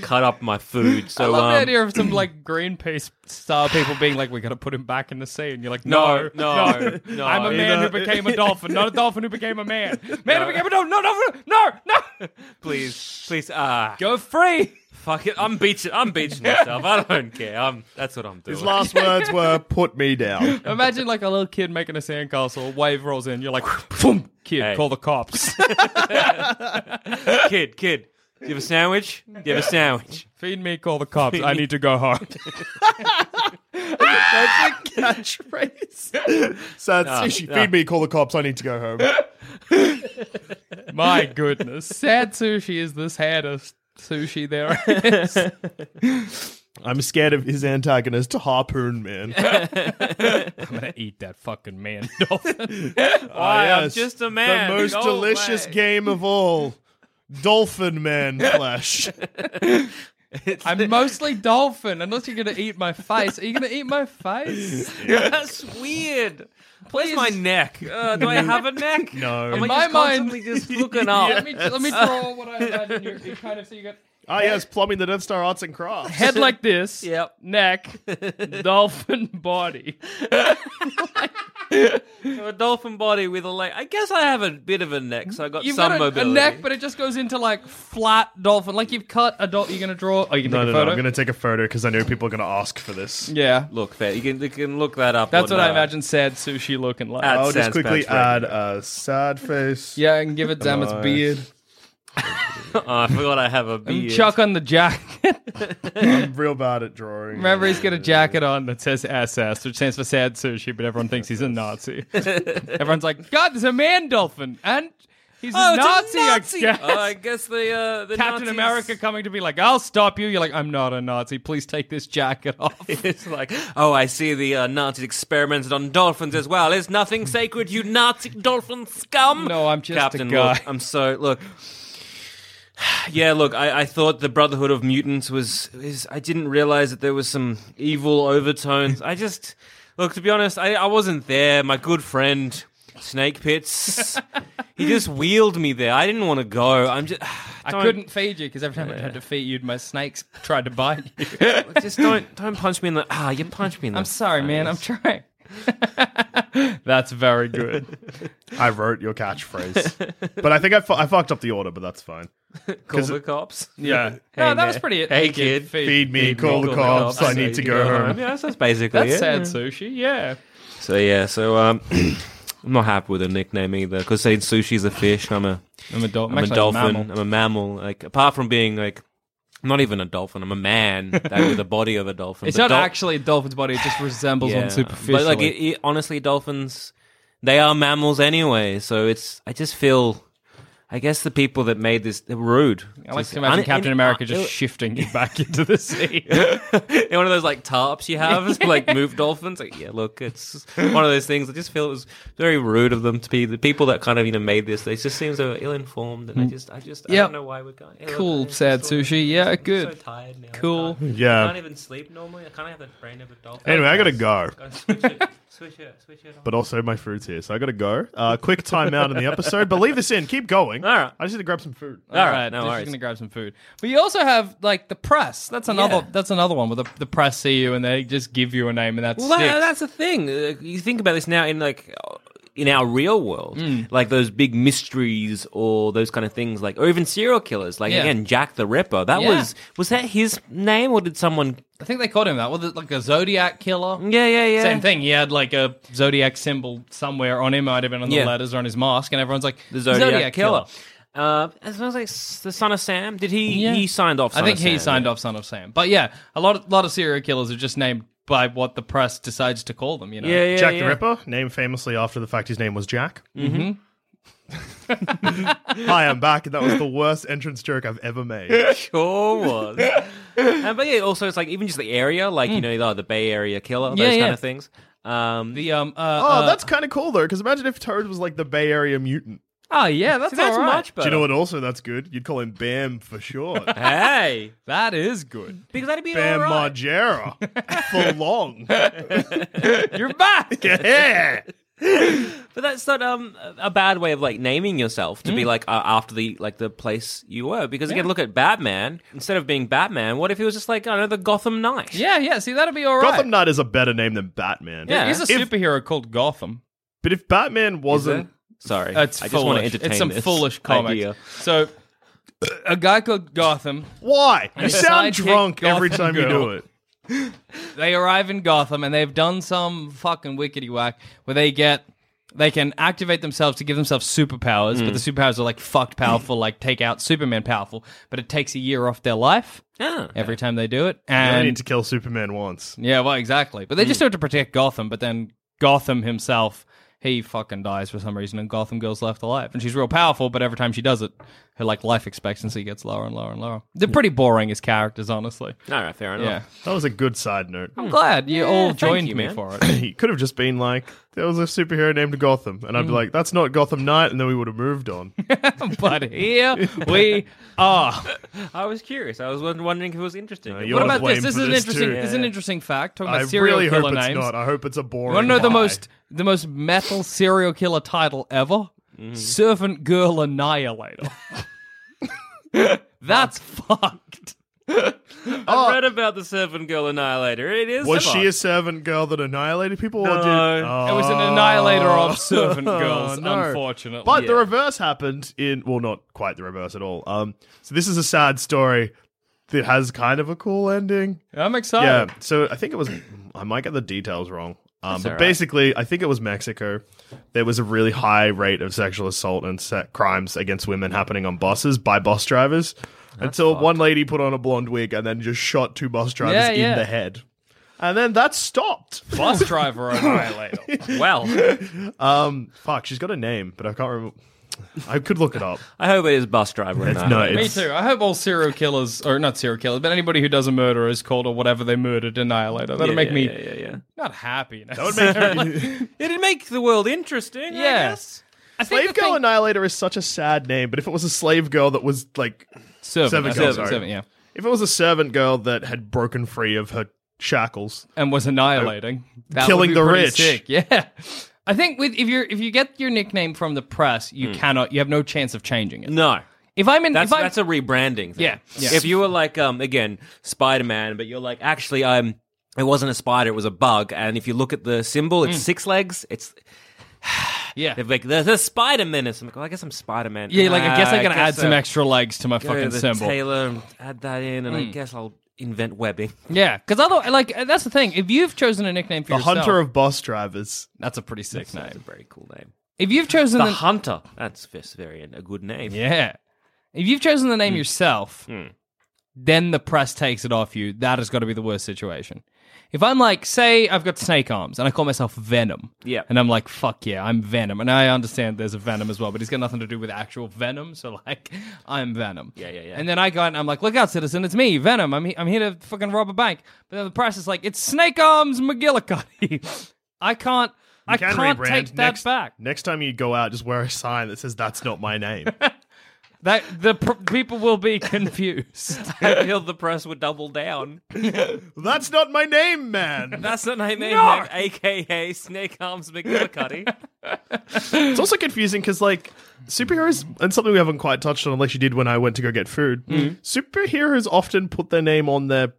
S1: cut up my food. So
S2: I love the
S1: um,
S2: idea of some like Greenpeace style people being like, "We got to put him back in the sea," and you're like,
S1: No,
S2: "No,
S1: no,
S2: no,
S1: no.
S2: I'm a man who became a dolphin, not a dolphin who became a man. Man who became a dolphin, no, dolphin, no, no.
S1: please, please, ah,
S2: Go free.
S1: fuck it. I'm beaching. I'm beaching myself. I don't care. I'm that's what I'm doing.
S3: His last words were, "Put me down."
S2: Imagine like a little kid making a sandcastle. Wave rolls in. You're like, boom, kid,
S1: Hey.
S2: call the cops.
S1: kid, kid. Do you have a sandwich? Do you have a sandwich?
S2: Feed me, call the cops. I need to go home.
S3: That's a catchphrase. Sad sushi.
S1: no.
S3: Feed me. Call the cops. I need to go home.
S2: My goodness, sad sushi is the saddest sushi there is.
S3: I'm scared of his antagonist, Harpoon Man.
S2: I'm gonna eat that fucking man dolphin.
S1: I am
S3: Ah, yes,
S1: just a man.
S3: The most
S1: Go
S3: delicious
S1: away.
S3: game of all. Dolphin Man flesh.
S2: I'm mostly dolphin. Unless you're gonna eat my face, are you gonna eat my face?
S1: That's weird. Where's my neck? Uh, do I have a neck? No. Am I
S2: In my mind-
S1: just constantly just looking up?
S2: Let me let me draw what I imagine you're, you're kind of. So you got
S3: ah, yes, plumbing the Death Star Arts and Crafts.
S2: head like this,
S1: Yep.
S2: neck, dolphin body.
S1: So a dolphin body with a leg. I guess I have a bit of a neck, so I got
S2: You've
S1: some
S2: got a, a
S1: mobility.
S2: neck, but it just goes into like flat dolphin. Like you've cut a dolphin. You're gonna draw. Oh, you can take
S3: No, no,
S2: a
S3: no.
S2: photo.
S3: I'm going to take a photo because I know people are going to ask for this.
S2: Yeah,
S1: look, fair. You can you can look that up.
S2: that's
S1: on,
S2: what I
S1: uh,
S2: imagine sad sushi looking like.
S1: At
S3: I'll just
S1: Sans
S3: quickly
S1: Patch
S3: add
S1: Radio.
S3: a sad face.
S2: yeah, and give it damn its
S3: Nice.
S2: beard.
S1: Oh, I forgot I have a beard.
S2: And Chuck on the jacket.
S3: I'm real bad at drawing.
S2: Remember, he's got a jacket on that says SS, which stands for sad sushi, but everyone thinks he's a Nazi. Everyone's like, God, there's a man dolphin, and he's
S1: Oh,
S2: a,
S1: it's
S2: Nazi,
S1: a Nazi.
S2: I guess.
S1: Oh, I guess the uh, the
S2: Captain
S1: Nazis-
S2: America coming to be like, I'll stop you. You're like, I'm not a Nazi. Please take this jacket off.
S1: It's like, oh, I see the uh, Nazis experimented on dolphins as well. Is nothing sacred, you Nazi dolphin scum?
S2: No, I'm just a
S1: Captain.
S2: guy.
S1: Look, I'm so look. Yeah, look, I, I thought the Brotherhood of Mutants was is. I didn't realize that there was some evil overtones. I just look to be honest, I, I wasn't there. My good friend Snake Pits, he just wheeled me there. I didn't want to go. I'm just.
S2: I
S1: don't-
S2: couldn't feed you because every time I tried to feed you, my snakes tried to bite you.
S1: Just don't don't punch me in the. Ah, you punch me in the.
S2: I'm sorry, man. I'm
S1: face.
S2: trying. That's very good.
S3: I wrote your catchphrase. but I think I, fu- I fucked up the order, but that's fine.
S1: Call the cops.
S2: Yeah. no, that
S1: man.
S2: was pretty.
S1: Hey,
S2: thank you.
S1: kid.
S3: Feed me, call the cops. I need to go home.
S1: Yeah, so that's basically
S2: That's
S1: it.
S2: sad sushi. Yeah.
S1: So yeah, so um, I'm not happy with the nickname either because saying sushi's a fish. I'm a
S2: I'm a, dol- I'm
S1: am a
S2: actually
S1: dolphin.
S2: mammal.
S1: I'm a mammal. Like apart from being like. I'm not even a dolphin. I'm a man that with the body of a dolphin.
S2: It's
S1: But
S2: not
S1: dol-
S2: actually a dolphin's body; it just resembles
S1: yeah,
S2: one superficially.
S1: But like, it, it- honestly, dolphins, they are mammals anyway. So it's. I just feel. I guess the people that made this they're rude.
S2: I like
S1: Just
S2: to imagine
S1: un-
S2: Captain
S1: in-
S2: America
S1: uh,
S2: just shifting you back into the sea.
S1: in one of those like tarps you have, it's like move dolphins. Like, yeah, look, it's one of those things. I just feel it was very rude of them to be the people that kind of you know made this. They just seem so ill informed, and I just, I just, I
S2: Mm. Yep.
S1: don't know why we're going. Yeah, look, I
S2: cool,
S1: just
S2: sad
S1: sort of-
S2: sushi. Yeah,
S1: I'm so
S2: good.
S1: tired now. I
S2: Cool.
S1: can't- I
S3: Yeah.
S1: can't even sleep normally. I kind of have the brain of a dolphin.
S3: Anyway, I gotta go.
S1: Gotta switch it, switch it, switch it. On.
S3: But also my food's here, so I gotta go. Uh, quick timeout in the episode, but leave this in. Keep going.
S1: All right.
S3: I just need to grab some food.
S1: All right, no
S2: just
S1: worries.
S2: gonna grab some food. But you also have like the press. That's another.
S1: Yeah.
S2: That's another one where the, the press see you and they just give you a name and that's
S1: Well, that, that's the thing. Uh, you think about this now in like uh, in our real world,
S2: Hmm.
S1: like those big mysteries or those kind of things, like or even serial killers. Like
S2: Yeah.
S1: again, Jack the Ripper. That
S2: Yeah.
S1: was was that his name or did someone?
S2: I think they called him that. Well, the- like a Zodiac killer.
S1: Yeah, yeah, yeah.
S2: Same thing. He had like a zodiac symbol somewhere on him. Might have been on the
S1: Yeah.
S2: letters or on his mask, and everyone's like
S1: The Zodiac, Killer. Uh, as well as like s- the son of Sam, did he?
S2: Yeah.
S1: He signed off. Son
S2: I think
S1: of
S2: he
S1: Sam,
S2: signed
S1: yeah.
S2: off Son of Sam. But yeah, a lot of lot of serial killers are just named by what the press decides to call them. You know,
S1: Yeah, yeah,
S3: Jack
S1: yeah. Mm-hmm.
S3: the Ripper, named famously after the fact his name was Jack. Hi, I'm back. And that was the worst entrance joke I've ever made.
S1: Sure was. and, but yeah, also it's like even just the area, like
S2: Hmm.
S1: you know, oh, the Bay Area killer, those
S6: Yeah, yeah.
S1: kind of things. Um,
S2: The um. Uh,
S3: Oh, that's kind of cool though, because imagine if Toad was like the Bay Area mutant.
S2: oh yeah, that's,
S1: see, that's
S2: all right.
S1: much
S3: Do
S1: better.
S3: you know what? Also, that's good. You'd call him Bam for short.
S2: uh,
S1: Hey,
S2: That is good.
S1: because that'd be
S3: Bam
S1: all right.
S3: Margera for long.
S2: You're back.
S3: Yeah.
S1: But that's not um a bad way of like naming yourself
S2: Mm.
S1: to be like uh, after the like the place you were. Because again, look at Batman. Instead of being Batman, what if he was just like I don't know the Gotham Knight?
S2: Yeah, yeah. See, that'll be all right.
S3: Gotham Knight is a better name than Batman.
S1: Yeah.
S2: He's a
S3: If-
S2: superhero called Gotham.
S3: But if Batman wasn't
S1: Sorry,
S2: It's
S1: I just
S2: foolish.
S1: want to entertain
S2: It's some
S1: this
S2: foolish comic.
S1: idea.
S2: So, a guy called Gotham.
S3: Why? You
S2: a
S3: sound
S2: sidekick
S3: drunk every
S2: Gotham
S3: time you do
S2: girl.
S3: it.
S2: They arrive in Gotham and they've done some fucking wickety whack where they get they can activate themselves to give themselves superpowers, but the
S1: Mm.
S2: superpowers are like fucked powerful, like take out Superman powerful. But it takes a year off their life
S1: Ah.
S2: every time they do it.
S3: I
S2: And
S3: need to kill Superman once.
S2: yeah, well, exactly. But they
S1: Hmm.
S2: just do it to protect Gotham. But then Gotham himself, he fucking dies for some reason, and Gotham girl's left alive, and she's real powerful. But every time she does it, her like life expectancy gets lower and lower and lower. They're pretty boring as characters, honestly.
S1: Ah, All right, fair enough.
S2: Yeah,
S3: That was a good side note.
S2: I'm glad you all
S1: thank
S2: joined
S1: you,
S2: me
S1: man.
S2: for it.
S3: He could have just been like, there was a superhero named Gotham. And I'd
S2: Hmm.
S3: be like, that's not Gotham Knight. And then we would have moved on.
S2: but here we are.
S1: I was curious. I was won- wondering if it was interesting.
S2: what
S3: you're to
S2: about this?
S3: blame
S2: This
S3: for
S2: is an
S3: this
S2: interesting.
S3: too.
S2: This is an interesting fact. Talking
S3: I
S2: about serial
S3: really hope
S2: killer
S3: it's
S2: names.
S3: not. I hope it's a boring
S2: You want to know the
S3: lie.
S2: most the most metal serial killer title ever?
S3: Mm-hmm.
S2: Servant Girl Annihilator. That's fucked.
S1: I read about the Servant Girl Annihilator. It is
S3: Oh! Was
S1: fucked.
S3: she a servant girl that annihilated people? Or did... Ah.
S1: No.
S2: It was an annihilator of servant
S3: Oh,
S2: girls,
S3: no.
S2: unfortunately.
S3: But the reverse happened in well, not quite the reverse at all. Um, so this is a sad story that has kind of a cool ending.
S2: I'm excited.
S3: Yeah. So I think it was. I might get the details wrong. Um, but
S1: alright.
S3: basically, I think it was Mexico. There was a really high rate of sexual assault and se- crimes against women happening on buses by bus drivers. until one lady put on a blonde wig and then just shot two bus drivers
S2: Yeah, yeah.
S3: in the head. And then that stopped.
S2: Bus driver annihilator.
S1: Well,
S3: Um, fuck, she's got a name, but I can't remember. I could look it up.
S1: I hope it is Bus Driver
S3: It's-
S1: Annihilator.
S3: no,
S2: Me
S3: it's,
S2: too. I hope all serial killers, or not serial killers, but anybody who does a murder is called or whatever they murdered annihilator. That'll
S1: Yeah,
S2: make
S1: yeah,
S2: me
S1: yeah, yeah, yeah.
S2: not happy.
S3: That would make you-
S1: It'd make the world interesting. I
S2: Yeah.
S1: guess.
S2: I think
S3: Slave
S2: the
S3: Girl
S2: thing-
S3: Annihilator is such a sad name, but if it was a slave girl that was like,
S2: servant,
S3: Servant
S2: uh,
S3: girl,
S2: servant,
S3: sorry.
S2: servant, yeah,
S3: if it was a servant girl that had broken free of her shackles,
S2: and was annihilating, that
S3: Killing
S2: would be
S3: the
S2: pretty
S3: rich.
S2: Sick. Yeah, I think with if you are if you get your nickname from the press, you cannot, you have no chance of changing it.
S1: No.
S2: If I'm in,
S1: That's
S2: if I'm,
S1: that's a rebranding. Thing.
S2: Yeah, yeah.
S1: If you were like um again Spider Man, but you're like actually I'm. It wasn't a spider; it was a bug. And if you look at the symbol,
S2: Mm.
S1: it's six legs. It's
S2: yeah,
S1: they're like the, the Spider Man. I'm like, well, I guess I'm Spider Man.
S2: yeah. Like I guess I can add some
S1: uh,
S2: extra legs to my
S1: go to
S2: fucking
S1: the
S2: symbol. Mm.
S1: Tailor, and add that in, and I guess I'll invent webbing.
S2: Yeah, because otherwise, like uh, that's the thing. If you've chosen a nickname for
S3: the
S2: yourself,
S3: hunter of bus drivers.
S2: that's a pretty sick
S1: That's a
S2: name.
S1: very cool name.
S2: If you've chosen
S1: The
S2: the
S1: Hunter. That's that's very uh, a good name.
S2: Yeah. If you've chosen the name yourself, then the press takes it off you. That has got to be the worst situation. If I'm like, say, I've got snake arms and I call myself Venom.
S1: Yep.
S2: And I'm like, fuck yeah, I'm Venom. And I understand there's a Venom as well, but he's got nothing to do with actual Venom. So, like, I'm Venom.
S1: Yeah, yeah, yeah.
S2: And then I go out and I'm like, look out, citizen, it's me, Venom. I'm, he- I'm here to fucking rob a bank. But then the press is like, it's Snake Arms McGillicuddy. I can't. I
S3: can
S2: can't
S3: rebrand.
S2: take that
S3: next,
S2: back.
S3: Next time you go out, just wear a sign that says "That's not my name."
S2: That the pr- people will be confused.
S1: I feel the press would double down.
S3: That's not my name, man.
S1: That's the name, aka Snake Arms McGillicuddy.
S3: it's also confusing because like superheroes and something we haven't quite touched on, unless you did when I went to go get food. Superheroes often put their name on their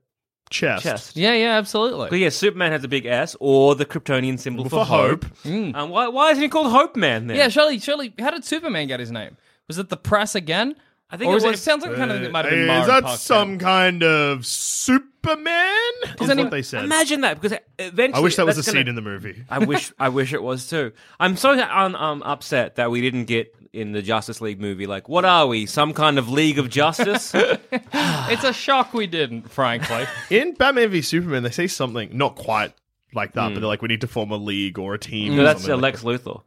S3: chest.
S1: Chest.
S2: Yeah, yeah, absolutely.
S1: But yeah, Superman has a big S, or the Kryptonian symbol
S3: For
S1: for,
S3: hope.
S1: Um, why, why isn't he called Hope Man then?
S2: Yeah, surely, surely. How did Superman get his name? Was it the press again?
S1: I think
S2: or
S1: it
S2: is it,
S1: was-
S2: sounds like kind of it might have been.
S3: Hey,
S2: Mara
S3: uh, is that
S2: Parks,
S3: some
S2: yeah.
S3: kind of Superman? Is
S2: anyone-
S3: what they said.
S1: Imagine that, because eventually
S3: I wish that was a
S1: that's
S3: scene
S1: gonna-
S3: in the movie.
S1: I wish, I wish it was too. I'm so um, um, upset that we didn't get in the Justice League movie. Like, what are we? Some kind of League of Justice?
S2: It's a shock we didn't, frankly.
S3: In Batman v Superman, they say something not quite like that, but they're like, we need to form a league or a team.
S1: no,
S3: or
S1: that's uh,
S3: something like
S1: Lex Luthor.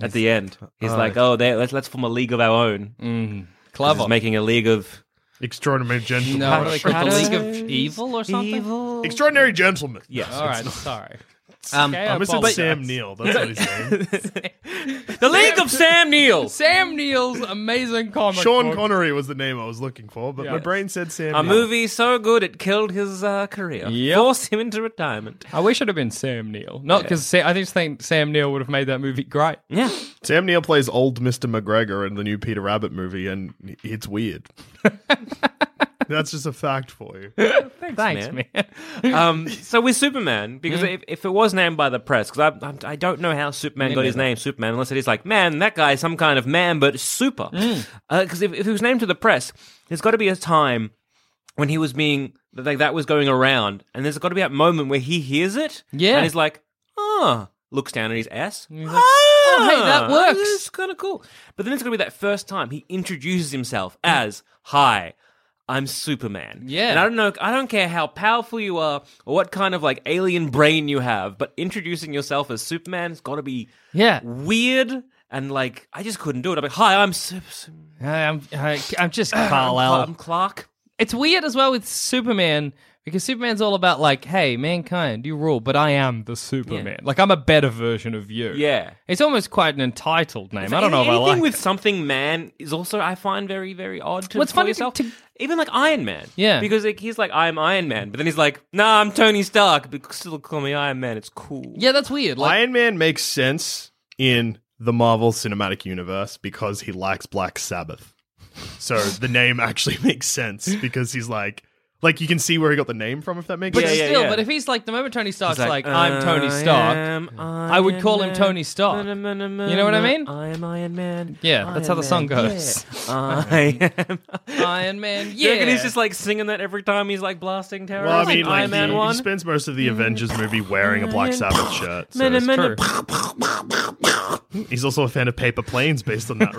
S1: at the end. He's like, "Oh, they, let's let's form a league of our own."
S3: Hmm.
S1: He's
S7: Clever.
S1: making a league of
S3: Extraordinary gentleman.
S2: No, it's called the League of
S1: Shadows.
S2: Evil or something.
S3: Extraordinary gentleman.
S1: yes.
S2: All right, sorry.
S1: Um,
S2: Okay,
S3: I'm missing
S2: apologize.
S3: Sam Neill. That's what he's saying.
S1: the League of Sam Neils.
S2: Sam Neill's amazing comic.
S3: Sean
S2: book.
S3: Connery was the name I was looking for, but my brain said Sam.
S1: A
S3: Neill.
S1: movie so good it killed his uh, career,
S2: Yep.
S1: forced him into retirement.
S2: I wish it had been Sam Neill. Not because I just think Sam Neill would have made that movie great.
S1: Yeah,
S3: Sam Neill plays old Mr. McGregor in the new Peter Rabbit movie, and it's weird. That's just a fact for you.
S2: Thanks, man.
S1: man. Um, so with Superman,
S2: Hmm?
S1: because if, if it was named by the press, because I, I, I don't know how Superman got his name, Superman, unless it is like, man, that guy is some kind of man, but super.
S2: Hmm.
S1: Because if, if it was named to the press, there's got to be a time when he was being, that- like that was going around, and there's got to be that moment where he hears it,
S2: Yeah.
S1: and he's like, ah, looks down at his ass.
S2: like, "Oh, hey, that
S1: "Ah,
S2: works."
S1: this is kind of cool. But then it's going to be that first time he introduces himself as, hi, I'm Superman.
S2: Yeah.
S1: And I don't know, I don't care how powerful you are or what kind of like alien brain you have, but introducing yourself as Superman has got to be
S2: Yeah.
S1: weird. And like, I just couldn't do it. I'm like, hi, I'm Sup- Sup-
S2: I'm, I, I'm just Carlisle.
S1: I'm Clark.
S2: it's weird as well with Superman because Superman's all about like, hey, mankind, you rule, but I am the Superman. Like I'm a better version of you.
S1: Yeah.
S2: It's almost quite an entitled name. I don't know if I
S1: Anything
S2: like.
S1: with
S2: it.
S1: something man is also I find very very odd to
S2: Well, it's
S1: for
S2: funny
S1: yourself.
S2: to-
S1: Even like Iron Man,
S2: Yeah.
S1: because like, he's like I'm Iron Man, but then he's like, Nah, I'm Tony Stark, but still call me Iron Man. It's cool.
S2: yeah, that's weird. Like,
S3: Iron Man makes sense in the Marvel Cinematic Universe because he likes Black Sabbath. So the name actually makes sense because he's like, like you can see where he got the name from, if that makes
S2: but
S3: sense.
S1: yeah,
S2: still,
S1: yeah.
S2: but if he's like the moment Tony Stark's
S1: It's
S2: like, I'm Tony Stark.
S1: I
S2: would call him Tony Stark.
S1: You know
S2: know what I mean?
S1: I am Iron Man.
S2: Yeah, that's how the song goes.
S1: I am.
S2: Iron Man.
S1: Yeah,
S2: Yeah,
S1: and he's just like singing that every time he's like blasting terrorists.
S3: Well, I mean, like,
S1: Iron Man
S3: he, he
S1: one.
S3: spends most of the
S2: Mm.
S3: Avengers movie wearing a Black
S2: Mm-hmm.
S3: Sabbath shirt. so it's-
S2: true.
S3: he's also a fan of paper planes based on that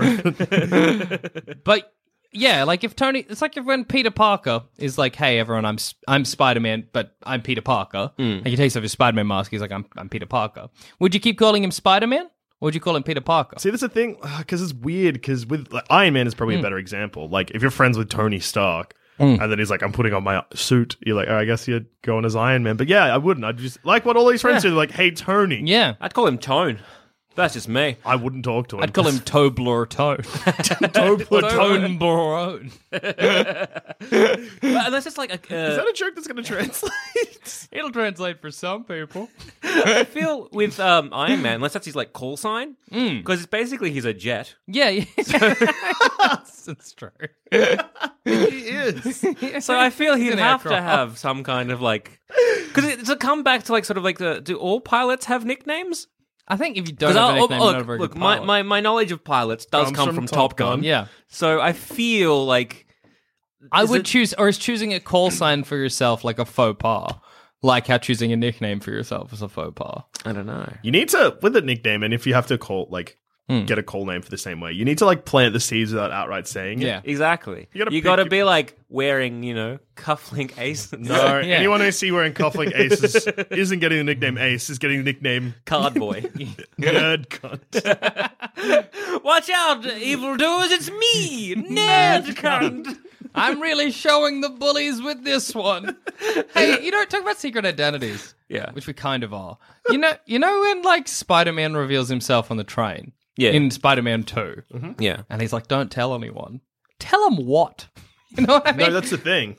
S3: record.
S2: But yeah, like if Tony, it's like if when Peter Parker is like, "Hey, everyone, I'm S- I'm Spider Man, but I'm Peter Parker,"
S1: Hmm.
S2: and he takes off his Spider Man mask. He's like, "I'm I'm Peter Parker." Would you keep calling him Spider Man, or would you call him Peter Parker?
S3: See, that's the thing, because it's weird. Because with like, Iron Man is probably
S2: Mm.
S3: a better example. Like, if you're friends with Tony Stark, and then he's like, "I'm putting on my suit," you're like, oh, "I guess you're going as Iron Man." But yeah, I wouldn't. I'd just like what all these friends do. They're like, "Hey, Tony."
S2: yeah,
S1: I'd call him Tone. That's just me.
S3: I wouldn't talk to him.
S2: I'd call him Tobler Tone, Tone Barone.
S1: But unless it's like a, uh,
S3: Is that a joke that's going to translate?
S2: It'll translate for some people.
S1: I feel with um, Iron Man, unless that's his like call sign,
S2: Mm.
S1: because it's basically he's a jet.
S2: Yeah, yeah. that's, that's true.
S1: So I feel he'd
S2: an
S1: have to
S2: aircraft.
S1: have some kind of like, because to come back to like sort of like the do all pilots have nicknames?
S2: I think if you don't
S1: Because
S2: have a nickname, you're not a
S1: look,
S2: very
S1: look,
S2: good
S1: my,
S2: pilot.
S1: my my knowledge of pilots does
S3: Comes
S1: come
S3: from
S1: from,
S3: Top
S1: Top Gun.
S3: Gun.
S2: yeah.
S1: So I feel like
S2: I
S1: Is
S2: would
S1: it-
S2: choose, or is choosing a call sign for yourself like a faux pas, like how choosing a nickname for yourself is a faux pas.
S1: I don't know.
S3: you need to with a nickname, and if you have to call like
S2: Hmm.
S3: get a call name for the same way, you need to like plant the seeds without outright saying it.
S2: Yeah.
S1: Exactly.
S3: You gotta
S1: You
S3: pick
S1: got to
S3: your-
S1: be like wearing, you know, cufflink aces.
S3: No,
S2: Yeah.
S3: anyone I see wearing cufflink aces isn't getting the nickname Ace. Is getting the nickname
S1: Card boy.
S3: Nerd Cunt.
S1: Watch out, evildoers, it's me, Nerd cunt.
S2: I'm really showing the bullies with this one. hey, you know, talk about secret identities.
S1: Yeah.
S2: which we kind of are. You know, you know when like Spider-Man reveals himself on the train.
S1: Yeah. Mm-hmm.
S2: in Spider-Man 2
S1: Yeah.
S2: and he's like, "Don't tell anyone." Tell him what? You know what I mean?
S3: No, that's the thing.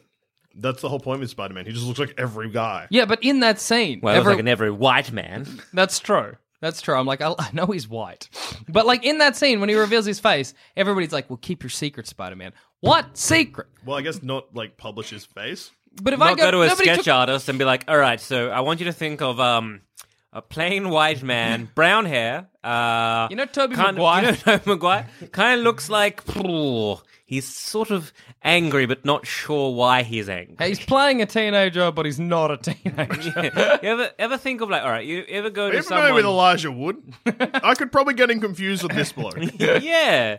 S3: That's the whole point with Spider Man. He just looks like every guy.
S2: yeah, but in that scene,
S1: Well,
S2: every-
S1: like an every white man.
S2: That's true. That's true. I'm like, I, I know he's white. But, like, in that scene, when he reveals his face, everybody's like, well, keep your secret, Spider Man. What secret?
S3: Well, I guess not like publish his face.
S2: But if I
S1: Not
S2: go,
S1: go to a
S2: nobody
S1: sketch
S2: took-
S1: artist and be like, all right, so I want you to think of um, a plain white man, brown hair. Uh,
S2: You know Tobey
S1: kind of-
S2: Maguire?
S1: You know Tobey Maguire? Kind of looks like he's sort of angry, but not sure why he's angry.
S2: Hey, he's playing a teenager, but he's not a teenager.
S1: you ever ever think of like, all right, you ever go
S3: Are you
S1: to
S3: familiar
S1: someone
S3: with Elijah Wood? I could probably get him confused with this bloke.
S1: yeah.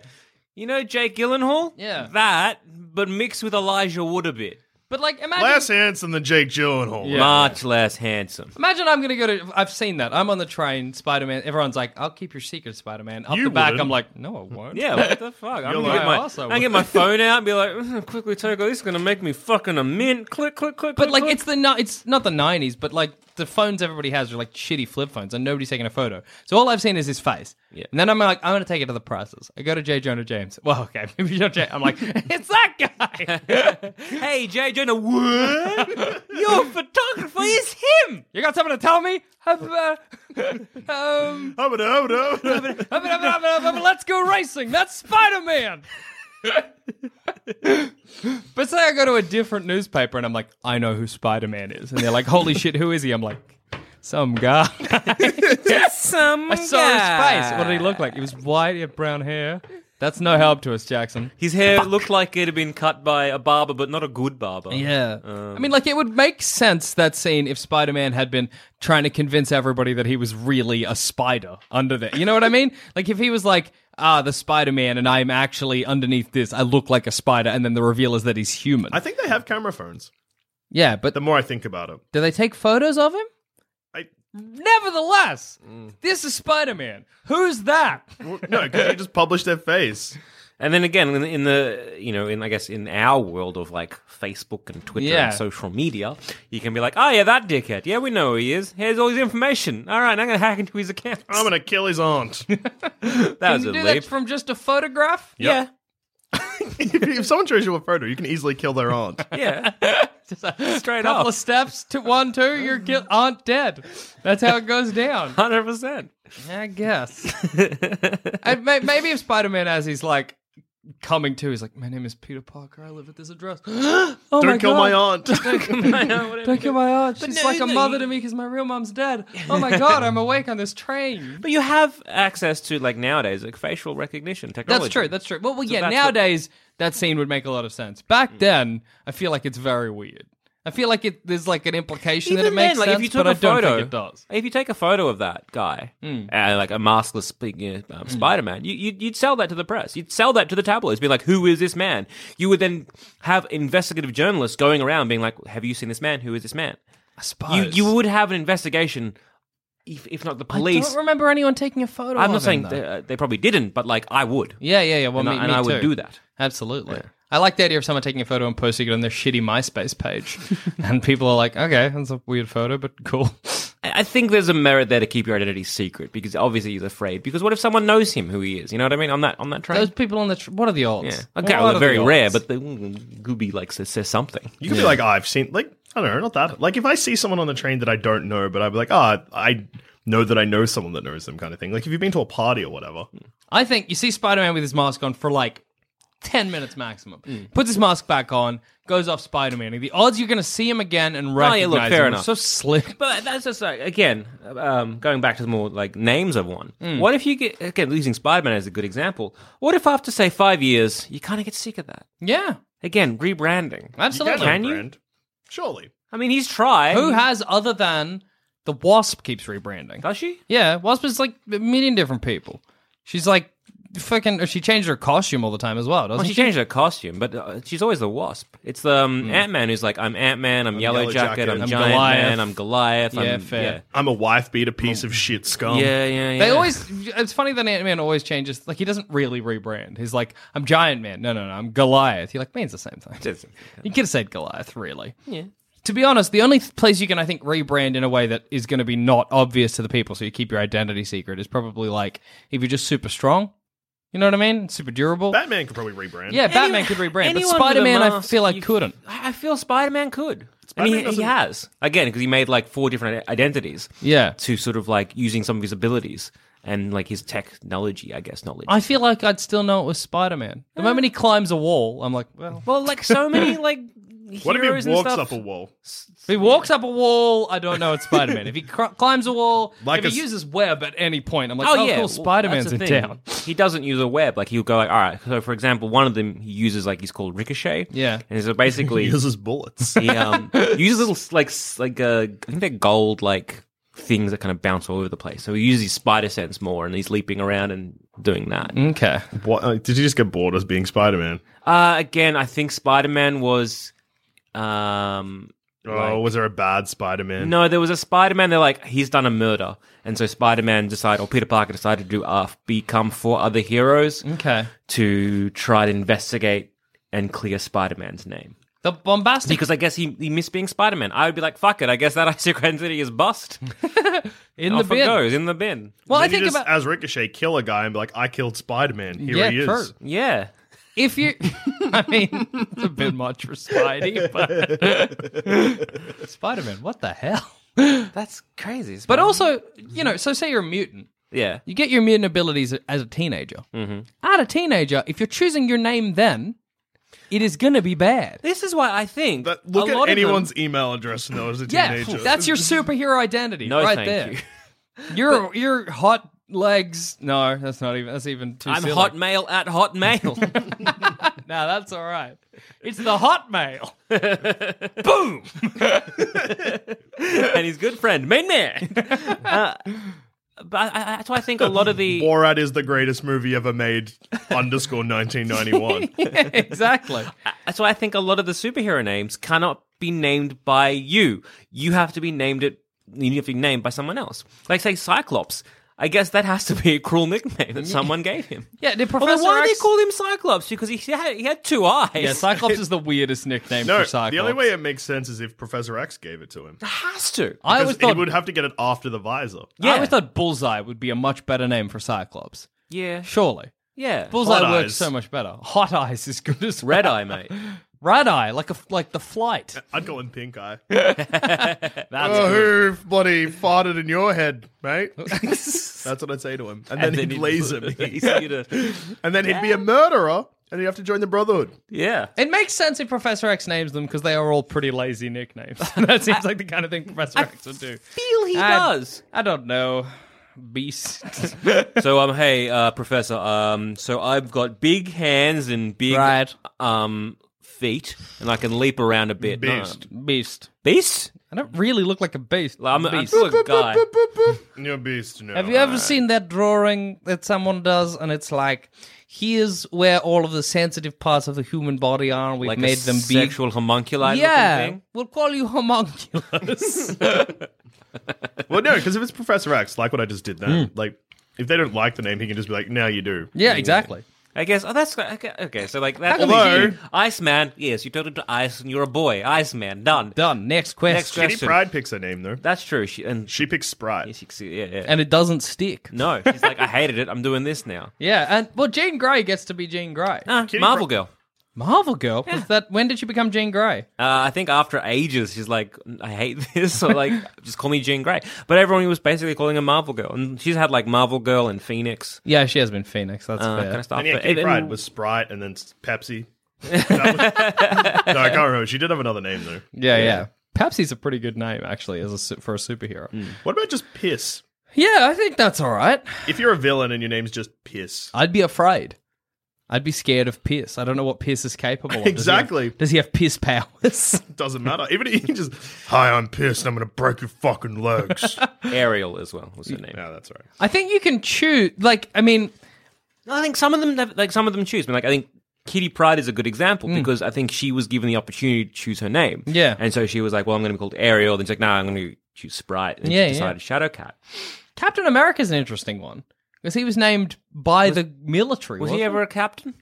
S1: You know Jake Gyllenhaal?
S2: Yeah.
S1: That, but mixed with Elijah Wood a bit.
S2: But like, imagine.
S3: Less handsome than Jake Gyllenhaal.
S5: Yeah.
S1: Much less handsome.
S2: Imagine I'm gonna go to. I've seen that. I'm on the train. Spider Man. Everyone's like, "I'll keep your secret, Spider Man." Up
S3: You
S2: the back,
S3: wouldn't.
S2: I'm like, "No, I won't."
S1: Yeah, what the fuck? I'm
S3: You're
S1: gonna
S3: like-
S1: get my,
S2: I also
S1: I get my phone out and be like, "Mm, quickly take this is gonna make me fucking a mint. Click, click, click.
S2: But
S1: click,
S2: like,
S1: click.
S2: it's the ni- it's not the '90s, but like the phones everybody has are like shitty flip phones, and nobody's taking a photo. So all I've seen is his face.
S1: Yeah.
S2: And then I'm like, I'm gonna take it to the prices. I go to J. Jonah James. Well, okay, maybe Jonah James. I'm like, it's that guy.
S1: hey, Jay Jonah, what? Your photographer is him.
S2: you got something to tell me? Have, uh, um,
S3: Hubba dubba dubba.
S2: have it, have it, have it, have it, let's go racing. That's Spider Man. but say I go to a different newspaper and I'm like, I know who Spider Man is, and they're like, Holy shit, who is he? I'm like, some guy.
S1: Some
S2: I saw his face. What did he look like? He was white, he had brown hair. That's no help to us, Jackson.
S1: His hair looked like it had been cut by a barber, but not a good barber.
S2: Yeah. I
S3: Um,
S2: mean, like, it would make sense that scene if Spider Man had been trying to convince everybody that he was really a spider under there. You know what I mean? Like, if he was like, ah, the Spider Man, and I'm actually underneath this, I look like a spider, and then the reveal is that he's human.
S3: I think they have camera phones.
S2: yeah, but
S3: The more I think about it,
S2: do they take photos of him?
S3: I
S2: Nevertheless,
S3: Mm.
S2: this is Spider Man. Who's that?
S3: no, because you just publish their face.
S1: And then again, in, in the you know, in I guess in our world of like Facebook and Twitter
S2: Yeah.
S1: and social media, you can be like, oh yeah, that dickhead. Yeah, we know who he is. Here's all his information. All right, I'm gonna hack into his account.
S3: I'm gonna kill his aunt.
S1: that
S2: Can
S1: was
S2: you
S1: a
S2: do
S1: leap.
S2: that from just a photograph?
S1: yeah,
S3: if, if someone shows you a photo, you can easily kill their aunt.
S1: yeah, straight
S2: couple
S1: up,
S2: of steps to one two you're ki- aren't dead that's how it goes down
S1: hundred percent.
S2: i guess and may- maybe if spider-man as he's like coming to he's like my name is peter parker i live at this address oh
S3: Don't kill my aunt.
S2: don't kill my aunt she's like a mother to me because my real mom's dead oh my god i'm awake on this train
S1: But you have access to like nowadays like facial recognition technology.
S2: that's true that's true well, well yeah
S1: that's what- Hmm.
S2: nowadays that scene would make a lot of sense back then i feel like it's very weird I feel like it, there's like an implication that it
S1: Even
S2: makes
S1: then, like
S2: sense,
S1: if you took
S2: but I
S1: a
S2: don't
S1: photo,
S2: think it does. Hmm.
S1: if you take a photo of that guy, uh, like a maskless sp- you know, um, Spider-Man, you, you'd, you'd sell that to the press. You'd sell that to the tabloids. Be like, "Who is this man?" You would then have investigative journalists going around being like, "Have you seen this man? Who is this man?"
S2: I
S1: You
S2: suppose.
S1: you would have an investigation, if if not the
S2: I
S1: police.
S2: don't remember anyone taking a photo.
S1: I'm not
S2: of
S1: saying
S2: him,
S1: they,
S2: though.
S1: uh, they probably didn't, but like I would.
S2: Yeah, yeah, yeah. Well,
S1: And
S2: me,
S1: I- and
S2: me
S1: I would
S2: too.
S1: do that.
S2: Absolutely. I like the idea of someone taking a photo and posting it on their shitty MySpace page, and people are like, "Okay, that's a weird photo, but cool."
S1: I I think there's a merit there to keep your identity secret because obviously he's afraid. Because what if someone knows him, who he is? You know what I mean? On that on that train.
S2: Those people on the tr- what are the odds?
S1: Yeah.
S2: What
S1: Okay,
S2: are
S1: well,
S2: the
S1: very rare,
S2: odds?
S1: but the mm, Gooby likes to say something.
S3: You could be like, oh, I've seen, like, I don't know, not that. Like, if I see someone on the train that I don't know, but I'd be like, oh, I know that I know someone that knows them, kind of thing. Like, if you've been to a party or whatever,
S2: I think you see Spider Man with his mask on for like 10 minutes maximum. Puts his mask back on, goes off Spider Man. The odds you're going to see him again and
S1: Oh, yeah, look,
S2: recognize
S1: fair
S2: him are
S1: enough.
S2: so slim.
S1: But that's just like, again, um, going back to the more like names of one. What if you get, again, using Spider Man as a good example, what if after, say, five years, you kind of get sick of that?
S2: Yeah,
S1: Again, rebranding.
S2: absolutely.
S3: you can,
S1: Can you?
S3: brand. Surely.
S1: I mean, he's tried.
S2: Who has other than the Wasp keeps rebranding?
S1: Does she?
S2: Yeah, Wasp is like a million different people. She's like fucking. oh, She changed her costume all the time as well, doesn't
S1: Well, she
S2: she? Hmm.
S1: changed her costume, but uh, she's always the wasp. It's the um, Ant Man who's like, I'm Ant Man, I'm, Yellow
S3: Yellow
S1: Jacket,
S3: Jacket,
S1: I'm,
S3: I'm
S1: Giant
S2: Goliath."
S1: Man, I'm Goliath.
S2: Yeah,
S1: I'm,
S2: fair. Um,
S3: I'm a wife beater piece of shit
S1: Yeah.
S3: scum.
S1: yeah, yeah, yeah.
S2: They always. It's funny that Ant Man always changes. Like he doesn't really rebrand. He's like, I'm Giant Man. No, no, no. I'm Goliath. You're like, means the same thing. You could have said Goliath, really. Yeah. To be honest, the only th- place you can, I think, rebrand in a way that is going to be not obvious to the people, so you keep your identity secret, is probably like if you're just super strong. You know what I mean? Super durable.
S3: Batman could probably rebrand.
S2: yeah, Batman
S1: Anyone-
S2: could rebrand, but
S1: anyone with a
S2: Spider Man, I
S1: mask,
S2: feel like
S1: you-
S2: couldn't.
S1: I I feel Spider Man could. and he, he
S3: doesn't-
S1: has. Again, because he made like four different i- identities.
S2: Yeah.
S1: To sort of like using some of his abilities and like his technology, I guess, knowledge.
S2: I feel like I'd still know it was Spider Man. The moment he climbs a wall, I'm like, well.
S1: well, like so many like
S3: What if
S1: heroes
S3: he
S1: and
S3: walks
S1: stuff.
S3: up a wall?
S2: If he walks up a wall, I don't know it's Spider Man. if he cr- climbs a wall,
S3: Like
S2: if
S3: a
S2: he
S3: s-
S2: uses web at any point, I'm like,
S1: Oh,
S2: oh,
S1: yeah,
S2: cool,
S1: well,
S2: Spider
S1: that's
S2: Man's
S1: the
S2: in
S1: thing.
S2: town.
S1: He doesn't use a web. Like he'll go like, all right. So for example, one of them he uses like he's called Ricochet.
S2: Yeah.
S1: and so basically
S3: He uses bullets.
S1: he um, uses little like s- like uh, I think they're gold like things that kind of bounce all over the place. So he uses his spider sense more, and he's leaping around and doing that.
S2: Okay.
S3: what, uh, did you just get bored as being Spider Man?
S1: Uh, again, I think Spider Man was Um,
S3: Oh, was there a bad Spider Man?
S1: no, there was a Spider Man. They're like, he's done a murder, and so Spider Man decided, or Peter Parker decided to do uh, become four other heroes
S2: Okay.
S1: to try to investigate and clear Spider Man's name.
S2: The bombastic.
S1: Because I guess he, he missed being Spider Man. I would be like, fuck it. I guess that Isaac City is bust.
S2: in
S1: Off
S2: the bin.
S1: it goes in the bin.
S2: Well, I
S3: Maybe
S2: think
S3: just,
S2: about
S3: as Ricochet kill a guy and be like, "I killed Spider Man. Here
S2: yeah,
S3: he is."
S2: true.
S1: Yeah.
S2: If you, I mean, it's a bit much for Spidey, but Spider Man, what the hell?
S1: That's crazy.
S2: But also, you know, so say you're a mutant.
S1: yeah.
S2: You get your mutant abilities as a teenager. Mm-hmm. As a teenager, if you're choosing your name then, it is going to be bad.
S1: This is why I think
S3: But look
S1: a
S3: at
S1: lot
S3: anyone's
S1: Of
S3: email address now as a
S2: Yeah,
S3: teenager.
S2: that's your superhero identity
S1: No,
S2: right
S1: thank
S2: there.
S1: you.
S2: Your your hot legs. No, that's not even. That's even too.
S1: them, I'm
S2: silly.
S1: hotmail at hotmail.
S2: No, that's all right. It's the hotmail.
S1: and his good friend, main man. Uh, but I, I, that's why I think a lot of the.
S3: Borat is the greatest movie ever made. underscore nineteen ninety one.
S2: exactly.
S1: That's why I think a lot of the superhero names cannot be named by you. You have to be named it. You have to be named by someone else. Like say Cyclops. I guess that has to be a cruel nickname that someone gave him.
S2: Yeah, did
S1: Although
S2: Professor
S1: why do they
S2: X-
S1: call him Cyclops? Because he had, he had two eyes.
S2: Yeah, Cyclops is the weirdest nickname
S3: No,
S2: for Cyclops.
S3: the only way it makes sense is if Professor X gave it to him.
S1: has to.
S2: I always
S3: Because he
S2: thought
S3: would have to get it after the visor.
S2: I
S1: Yeah.
S2: always thought Bullseye would be a much better name for Cyclops.
S1: Yeah,
S2: Surely.
S1: yeah.
S2: Bullseye
S3: Hot
S2: works
S3: Eyes.
S2: so much better. Hot Eyes is good as well.
S1: Red eye, mate.
S2: Red Eye, like a like the flight.
S3: I'd call him Pink Eye.
S2: That's
S3: Oh,
S2: good.
S3: who bloody farted in your head, mate? That's what I'd say to him. And, then, he'd laser me.
S1: He's here to-
S3: and then he'd be a murderer, and he'd have to join the Brotherhood.
S1: yeah.
S2: It makes sense if Professor X names them because they are all pretty lazy nicknames. that seems like the kind of thing Professor X would do.
S1: Feel he
S2: I-
S1: does.
S2: I don't know. Beast.
S1: So um, hey, uh, Professor. Um, so I've got big hands and big
S2: Right.
S1: um feet, and I can leap around a bit.
S3: Beast.
S1: No.
S2: beast.
S1: beast.
S2: I don't really look like a beast.
S1: Like, I'm, I'm
S2: beast.
S1: still a guy.
S3: You're a beast now.
S2: Have you ever seen that drawing that someone does and it's like, here's where all of the sensitive parts of the human body are and we've
S1: Like
S2: made
S1: a
S2: them be.
S1: sexual homunculi.
S2: yeah,
S1: Looking thing.
S2: we'll call you homunculus.
S3: Well, no, because if it's Professor X, like what I just did then, like, if they don't like the name, he can just be like, now you do.
S2: Hmm. yeah, exactly.
S1: I guess. Oh, that's okay. okay so like that.
S2: How come Although-
S3: he-
S1: Iceman. Yes, you turned into ice, and you're a boy. Iceman. Done.
S2: Done. Next question.
S1: Next
S3: Kitty
S1: question.
S3: Pride picks her name, though.
S1: That's true. She and
S3: She picks Sprite.
S1: yes, you can see- yeah, yeah.
S2: And it doesn't stick.
S1: no, she's like, I hated it. I'm doing this now.
S2: Yeah, and well, Jean Grey gets to be Jean Grey.
S1: Ah,
S3: Kitty
S1: Marvel
S3: Pryde-
S1: Girl.
S2: Marvel Girl. Was that when did she become Jean Grey?
S1: Uh, I think after ages, she's like, I hate this. So, like, just call me Jean Grey. But everyone was basically calling her Marvel Girl. And she's had, like, Marvel Girl and Phoenix
S2: Yeah, she has been Phoenix. That's
S1: uh,
S2: fair.
S1: kind of stuff.
S3: And yeah,
S1: But
S3: Kitty
S1: even-
S3: Pride was Sprite and then s- Pepsi. That was- no, I can't remember. She did have another name, though.
S2: Yeah, yeah. Pepsi's a pretty good name actually as a su- for a superhero.
S3: What about just Piss?
S2: Yeah, I think that's all right.
S3: If you're a villain and your name's just Piss.
S2: I'd be afraid. I'd be scared of Pierce. I don't know what Pierce is capable of. Does he have-
S3: Exactly.
S2: Does he have, piss powers?
S3: Doesn't matter. Even if you just, hi, I'm pissed. I'm going to break your fucking legs.
S1: Ariel as well was her name.
S3: no, that's all right.
S2: I think you can choose. Like, I mean,
S1: I think some of them, have- like, some of them choose. But, like, I think Kitty Pride is a good example because I think she was given the opportunity to choose her name.
S2: Hmm. Yeah.
S1: And so she was like, well, I'm going to be called Ariel. Then she's like, no, I'm going to choose Sprite. And
S2: Yeah, yeah.
S1: she decided Shadowcat.
S2: Captain America's an interesting one because he was named by the military.
S1: Was
S2: wasn't
S1: he ever a captain?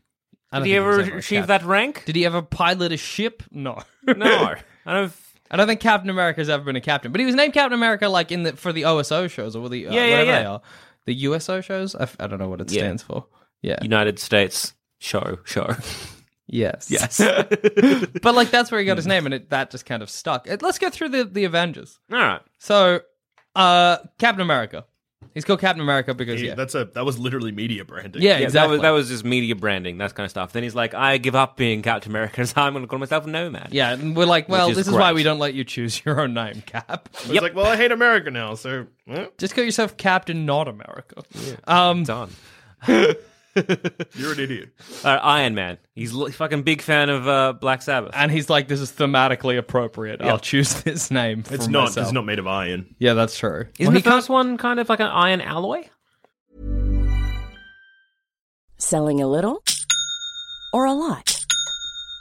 S2: I don't
S1: Did he
S2: think
S1: ever
S2: a
S1: achieve
S2: captain.
S1: that rank?
S2: Did he ever pilot a ship? No.
S1: no. I don't.
S2: I don't think Captain America's ever been a captain, but he was named Captain America like in the for the OSO shows or the uh,
S1: Yeah, yeah,
S2: whatever
S1: yeah.
S2: they are, the USO shows. I, f- I don't know what it
S1: Yeah.
S2: stands for. Yeah.
S1: United States show, show.
S2: Yes. Yes. but like that's where he got his name, and it, that just kind of stuck. Uh, Let's go through the the Avengers.
S1: All right.
S2: So, uh, Captain America. He's called Captain America because yeah,
S3: That's a that was literally media branding.
S2: yeah,
S1: Yeah,
S2: exactly.
S1: that was that was just media branding, that kind of stuff. Then he's like, I give up being Captain America, so I'm going to call myself Nomad.
S2: yeah, and we're like, well,
S1: is
S2: this is why
S1: great.
S2: we don't let you choose your own name, Cap.
S3: It's like, well, I hate America now, so eh,
S2: Just call yourself Captain Not America. Um,
S1: done.
S3: you're an idiot.
S1: All right, Uh, Iron Man. He's l- fucking big fan of uh, Black Sabbath.
S2: and he's like, this is thematically appropriate. I'll choose this name. For
S3: It's not.
S2: myself.
S3: It's not made of iron.
S2: Yeah, that's true.
S1: Isn't
S2: Well, he
S1: the first one kind of like an iron alloy?
S8: Selling a little or a lot?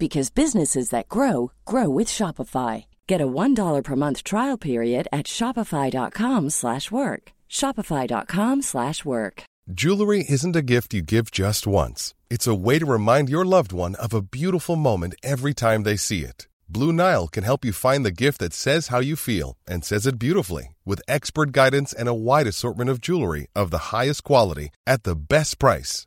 S8: because businesses that grow grow with Shopify. Get a $1 per month trial period at shopify.com/work. shopify.com/work.
S9: Jewelry isn't a gift you give just once. It's a way to remind your loved one of a beautiful moment every time they see it. Blue Nile can help you find the gift that says how you feel and says it beautifully with expert guidance and a wide assortment of jewelry of the highest quality at the best price.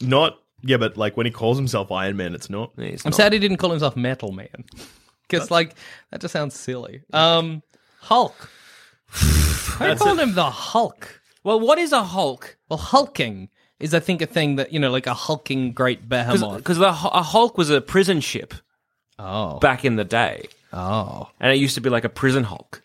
S3: Not yeah, but like when he calls himself Iron Man, it's not.
S1: It's
S2: I'm
S1: not-
S2: sad he didn't call himself Metal Man. Because, like, that just sounds silly. Um, Hulk. I called him the Hulk.
S1: Well, what is a Hulk?
S2: Well, hulking is, I think, a thing that, you know, like a hulking great
S3: uh,
S2: behemoth.
S1: Because a Hulk was a prison ship
S2: oh.
S1: back in the day,
S2: Oh.
S1: and it used to be like a prison Hulk,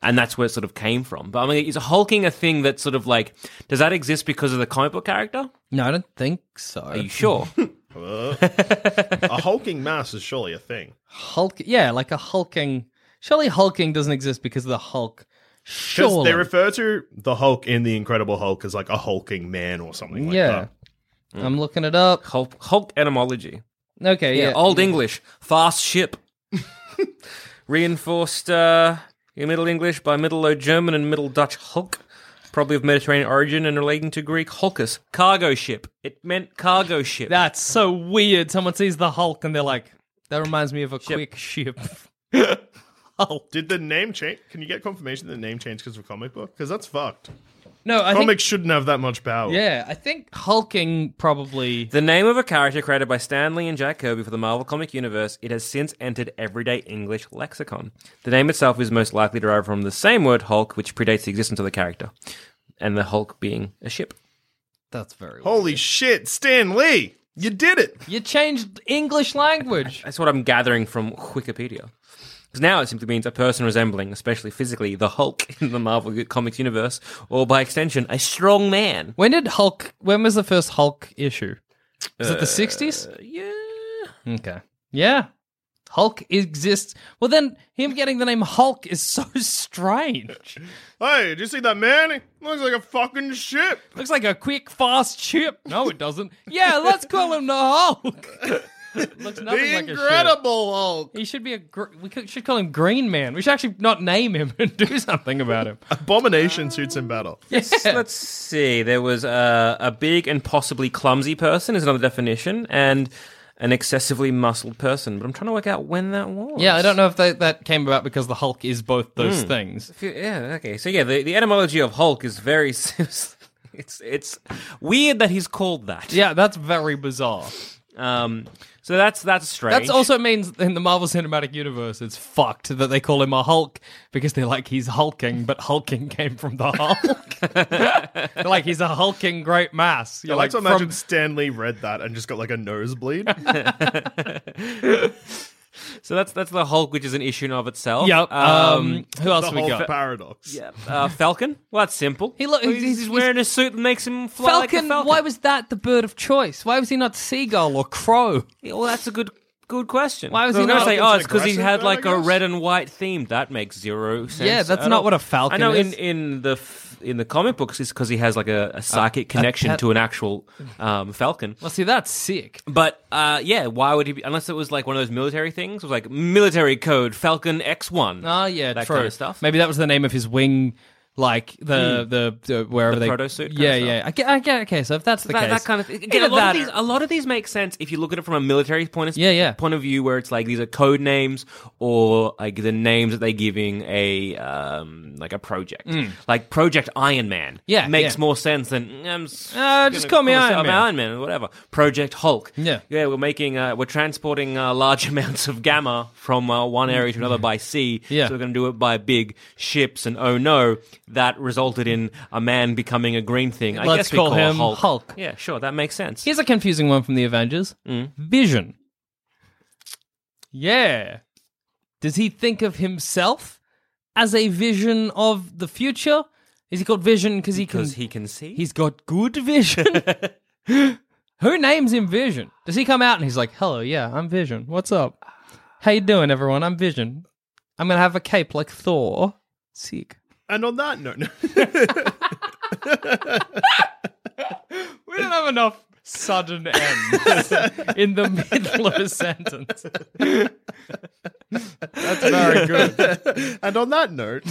S1: and that's where it sort of came from. But I mean, is hulking a thing that sort of like does that exist because of the comic book character?
S2: No, I don't think so.
S1: Are you sure?
S3: A hulking mass is surely a thing.
S2: Hulk. Yeah, like a hulking. Surely hulking doesn't exist because of the Hulk.
S3: Because
S2: Sure.
S3: they refer to the Hulk in the Incredible Hulk as like a hulking man or something like
S2: yeah.
S3: that.
S2: I'm looking it up.
S1: Hulk, Hulk etymology.
S2: Okay, yeah.
S1: Yeah, Old English, fast ship. Reinforced uh, in Middle English by Middle Low German and Middle Dutch hulk, probably of Mediterranean origin and relating to Greek hulkus, cargo ship. It meant cargo ship.
S2: That's so weird. Someone sees the Hulk and they're like, that reminds me of a quick ship.
S3: Did the name change? Can you get confirmation that the name changed because of a comic book? Because that's fucked.
S2: No, I think.
S3: Comics shouldn't have that much power.
S2: Yeah, I think hulking probably.
S1: the name of a character created by Stan Lee and Jack Kirby for the Marvel Comic Universe, it has since entered everyday English lexicon. The name itself is most likely derived from the same word Hulk, which predates the existence of the character, and the Hulk being a ship.
S2: That's very. Weird.
S3: Holy shit, Stan Lee! You did it!
S2: You changed English language.
S1: That's what I'm gathering from Wikipedia. Because now it simply means a person resembling, especially physically, the Hulk in the Marvel Comics universe, or by extension, a strong man.
S2: When did Hulk? When was the first Hulk issue? Was
S3: Uh,
S2: it the sixties?
S1: Yeah.
S2: Okay. Yeah. Hulk exists. Well, then him getting the name Hulk is so strange.
S3: Hey, did you see that man? He looks like a fucking ship.
S2: Looks like a quick, fast ship. No, it doesn't. Yeah, let's call him the Hulk. Looks nothing
S3: the
S2: like a ship.
S3: Incredible Hulk.
S2: He should be a. Gr- we could- should call him Green Man. We should actually not name him and do something about him.
S3: Abomination suits in battle.
S1: Let's see. There was uh, a big and possibly clumsy person, is another definition, and an excessively muscled person. But I'm trying to work out when that was.
S2: Yeah, I don't know if that, that came about because the Hulk is both those things.
S1: If you- Yeah. Okay. So yeah, the, the etymology of Hulk is very. sim- It's it's weird that he's called that.
S2: Yeah, that's very bizarre.
S1: Um. So that's that's strange.
S2: That also means in the Marvel Cinematic Universe, it's fucked that they call him a Hulk because they're like he's hulking, but hulking came from the Hulk. They're like he's a hulking great mass. You're
S3: I like, to
S2: from-
S3: imagine Stan Lee read that and just got like a nosebleed.
S1: So that's that's the Hulk, which is an issue in of itself.
S2: Yep. Um, who
S3: the
S2: else we
S3: whole
S2: got?
S3: paradox. Yeah.
S1: Uh, Falcon. Well, that's simple.
S2: He look-
S1: He's,
S2: he's-
S1: he's
S2: he's-
S1: wearing a suit that makes him fly like a falcon.
S2: Why was that the bird of choice? Why was he not seagull or crow?
S1: well, that's a good Good question.
S2: Why was
S1: I
S2: he
S1: gonna
S2: not-
S1: say?
S3: Falcon's
S1: Oh,
S3: an
S1: it's because he
S3: aggressive
S1: had
S3: man,
S1: like
S3: I
S1: a
S3: guess.
S1: red and white theme. That makes zero sense.
S2: Yeah, that's
S1: at
S2: not
S1: all.
S2: what a falcon
S1: I know
S2: is.
S1: in in the f- in the comic books, it's because he has like a, a psychic connection
S2: pet-
S1: to an actual um, falcon.
S2: Well, see, that's sick.
S1: But uh, yeah, why would he? be Unless it was like one of those military things. It was like military code Falcon X One.
S2: Oh, yeah,
S1: that
S2: true.
S1: kind of Ah, stuff. Hmm.
S2: Maybe that was the name of his wing, like the the, the wherever
S1: The
S2: they
S1: proto-suit kind
S2: Yeah,
S1: of stuff.
S2: yeah. I get, I get- okay. So if that's the
S1: that,
S2: case,
S1: that kind of thing.
S2: Either
S1: Again, a lot
S2: that-
S1: of, these, a lot of these make sense if you look at it from a military point of
S2: Yeah, yeah.
S1: point of view, where it's like these are code names or like the names that they're giving a um, like a project, like Project Iron Man.
S2: Mm. Yeah,
S1: makes
S2: yeah.
S1: more sense than "Mm, I'm s-
S2: Uh, just
S1: gonna
S2: call me Iron
S1: myself
S2: Man."
S1: Iron Man or whatever. Project Hulk.
S2: Yeah.
S1: yeah. We're making uh, we're transporting uh, large amounts of gamma from uh, one area to another by sea.
S2: Yeah.
S1: so we're going to do it by big ships. And oh no, that resulted in a man becoming a green thing. I
S2: Let's
S1: guess we
S2: call
S1: call, her
S2: him
S1: Hulk.
S2: Hulk.
S1: Yeah, sure, that makes sense.
S2: Here's a confusing one from the Avengers.
S1: Hmm.
S2: Vision. Yeah. Does he think of himself as a vision of the future? Is he called Vision because he can?
S1: because he can see.
S2: He's got good vision. Who names him Vision? Does he come out and he's like, "Hello, yeah, I'm Vision. What's up? How you doing, everyone? I'm Vision. I'm gonna have a cape like Thor. Sick."
S3: And on that note,
S2: We don't have enough sudden ends in the middle of a sentence. That's very good.
S3: and on that note,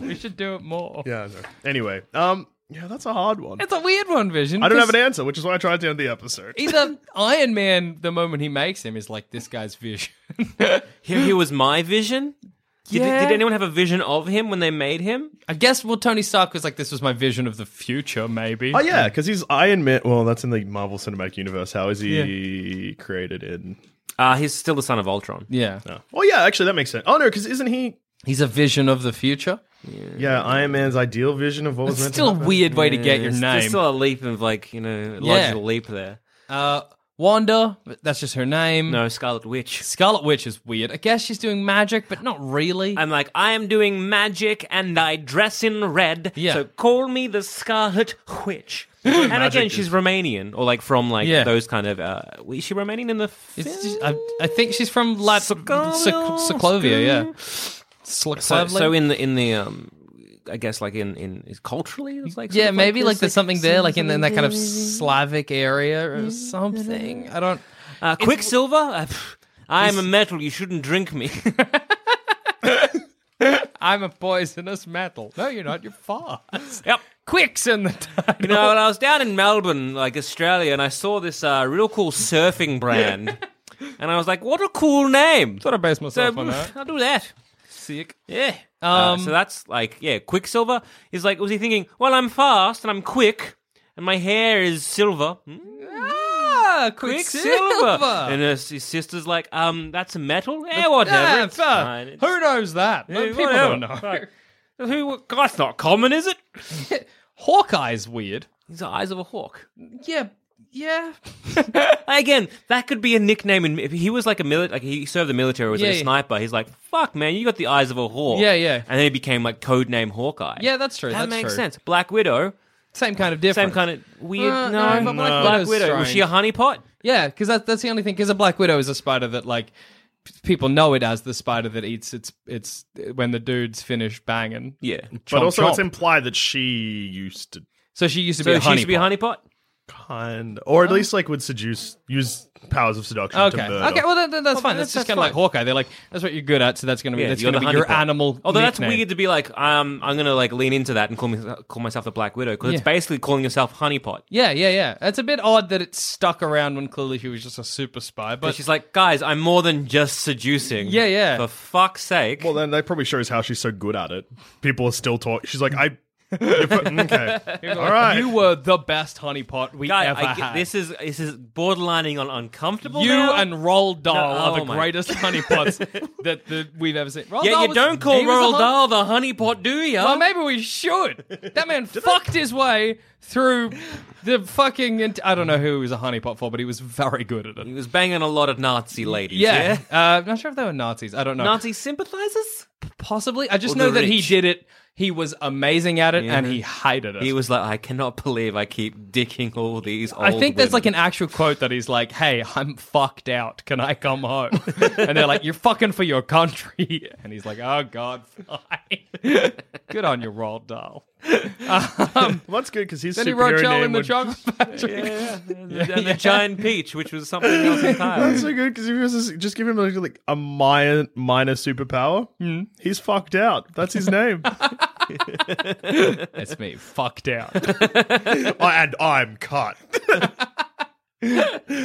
S2: We should do it more.
S3: yeah. No. Anyway, um, yeah, that's a hard one.
S2: It's a weird one, Vision.
S3: I don't have
S2: 'cause
S3: an answer, which is why I tried to end the episode.
S2: Either Iron Man, the moment he makes him, is like this guy's Vision.
S1: Here he was my vision. Did,
S2: Yeah.
S1: did anyone have a vision of him when they made him?
S2: I guess well, Tony Stark was like, "This was my vision of the future, maybe."
S3: Oh yeah, because he's Iron Man. Well, that's in the Marvel Cinematic Universe. How is he created in?
S1: Uh, he's still the son of Ultron.
S2: yeah.
S3: Oh. oh yeah, actually that makes sense. Oh no, because isn't he?
S2: He's a vision of the future.
S3: Yeah, Iron Man's ideal vision of what was
S2: It's
S3: meant
S2: still a
S3: to happen.
S2: weird way to get your
S1: There's- There's
S2: name.
S1: still a leap of like you know
S2: Yeah.
S1: logical leap there.
S2: Uh, Wanda, but that's just her name.
S1: No, Scarlet Witch.
S2: Scarlet Witch is weird. I guess she's doing magic, but not really.
S1: I'm like I am doing magic and I dress in red.
S2: Yeah.
S1: So call me the Scarlet Witch. and again, she's Romanian or like from like
S2: Yeah.
S1: those kind of. Uh, is she Romanian in the?
S2: It's
S1: film?
S2: just- I, I think she's from Lat-
S1: Sokovia.
S2: Sokovia, yeah.
S1: so,
S2: Sloklavli?
S1: so in the in the um, I guess like in in is culturally it's like sort
S2: yeah,
S1: of
S2: maybe like,
S1: this,
S2: there's something there, like in, in that kind of Slavic area or something. I don't.
S1: Uh, Quicksilver? Uh, pff, I'm a metal. You shouldn't drink me.
S2: I'm a poisonous metal. No, you're not. You're fast.
S1: yep.
S2: Quick's in the title.
S1: You know, when I was down in Melbourne, like Australia, and I saw this uh, real cool surfing brand, and I was like, "What a cool name!"
S2: I base
S1: So
S2: myself on
S1: pff,
S2: that.
S1: I'll do that.
S2: Sick.
S1: Yeah. Uh,
S2: Um,
S1: so that's like, yeah, Quicksilver is like, was he thinking, "Well, I'm fast and I'm quick, and my hair is silver." Hmm?
S2: Ah,
S1: And
S2: Quicksilver.
S1: her, s- his sister's like, "Um, that's a metal. Yeah, whatever.
S2: Yeah,
S1: it's
S2: fuck.
S1: fine. It's-
S2: Who knows that?
S1: yeah,
S2: People
S1: whatever.
S2: don't know.
S1: Like, who? That's not common, is it?"
S2: Hawkeye's weird.
S1: He's the eyes of a hawk.
S2: Yeah, yeah.
S1: Again, that could be a nickname. In, if he was like a mili- like he served the military, was
S2: Yeah,
S1: like
S2: yeah.
S1: a sniper. He's like, fuck, man, you got the eyes of a hawk.
S2: Yeah, yeah.
S1: And then he became like codename Hawkeye.
S2: Yeah, that's true,
S1: That
S2: that's
S1: makes
S2: true.
S1: sense. Black Widow,
S2: Same kind of difference.
S1: same kind of weird.
S2: Uh,
S1: no,
S2: no, but Black
S1: Black
S2: Widow's
S1: Widow.
S2: strange.
S1: Was she a honeypot?
S2: Yeah, because that, that's the only thing. Because a black widow is a spider that like p- people know it as the spider that eats its its when the dudes finish banging.
S1: Yeah.
S3: But
S2: Chomp
S3: also, it's
S2: chomp.
S3: implied that she used to
S2: So she used to be
S1: So
S2: a
S1: she
S2: honey.
S1: used to be a honeypot.
S3: kind, or at least like would seduce, use powers of seduction
S2: Okay.
S3: to murder.
S2: Okay. Well, that, that- that's fine. That's,
S1: that's-
S2: just
S1: that's
S2: kind of like
S1: fine.
S2: Hawkeye. They're like, that's what you're good at. So that's going to be
S1: Yeah,
S2: that's
S1: you're
S2: going to
S1: the
S2: be your
S1: honeypot.
S2: animal.
S1: Although that's
S2: nickname.
S1: weird to be like, um, I'm gonna like lean into that and call me call myself the Black Widow because
S2: Yeah.
S1: it's basically calling yourself honeypot.
S2: Yeah, yeah, yeah. It's a bit odd that it stuck around when clearly she was just a super spy.
S1: But
S2: But
S1: she's like, guys, I'm more than just seducing.
S2: Yeah, yeah.
S1: For fuck's sake.
S3: Well, then that probably shows how she's so good at it. People are still talking. She's like, I. if- okay. All right.
S2: you were the best honeypot we
S1: Guy,
S2: ever
S1: I get,
S2: had.
S1: this is this is borderlining on uncomfortable.
S2: you
S1: now.
S2: and Roald Dahl
S1: oh
S2: are the
S1: my-
S2: greatest honeypots that the, we've ever seen. Roald
S1: yeah,
S2: Dahl
S1: you
S2: was-
S1: don't call
S2: he was a
S1: Roald
S2: hon-
S1: Dahl the honeypot, do you?
S2: Well, maybe we should. That man fucked his way through the fucking. Int- I don't know who he was a honeypot for, but he was very good at
S1: he
S2: it.
S1: was banging a lot of Nazi ladies.
S2: Yeah,
S1: Yeah,
S2: Uh, I'm not sure if they were Nazis. I don't know.
S1: Nazi sympathizers.
S2: Possibly. I just
S1: Or
S2: know
S1: the
S2: that he
S1: rich.
S2: did it He was amazing at it, and he hated it.
S1: He was like, I cannot believe I keep dicking all these. Old
S2: I think there's like
S1: women."
S2: an actual quote that he's like, "Hey, I'm fucked out. Can I come home?" and they're like, "You're fucking for your country," and he's like, "Oh God, fine. Good on you, Roald Dahl."
S3: Well, that's good because his
S2: Then he wrote
S3: superhero
S2: Joe
S3: name
S2: in the
S3: would-
S2: Chocolate Factory.
S1: and the giant peach, which was something else entirely.
S3: That's so good because if he was a- just give him like, like a minor, minor superpower,
S2: Hmm.
S3: he's fucked out. That's his name. oh,
S2: That's me, fucked out.
S3: and I'm cut.
S2: Um,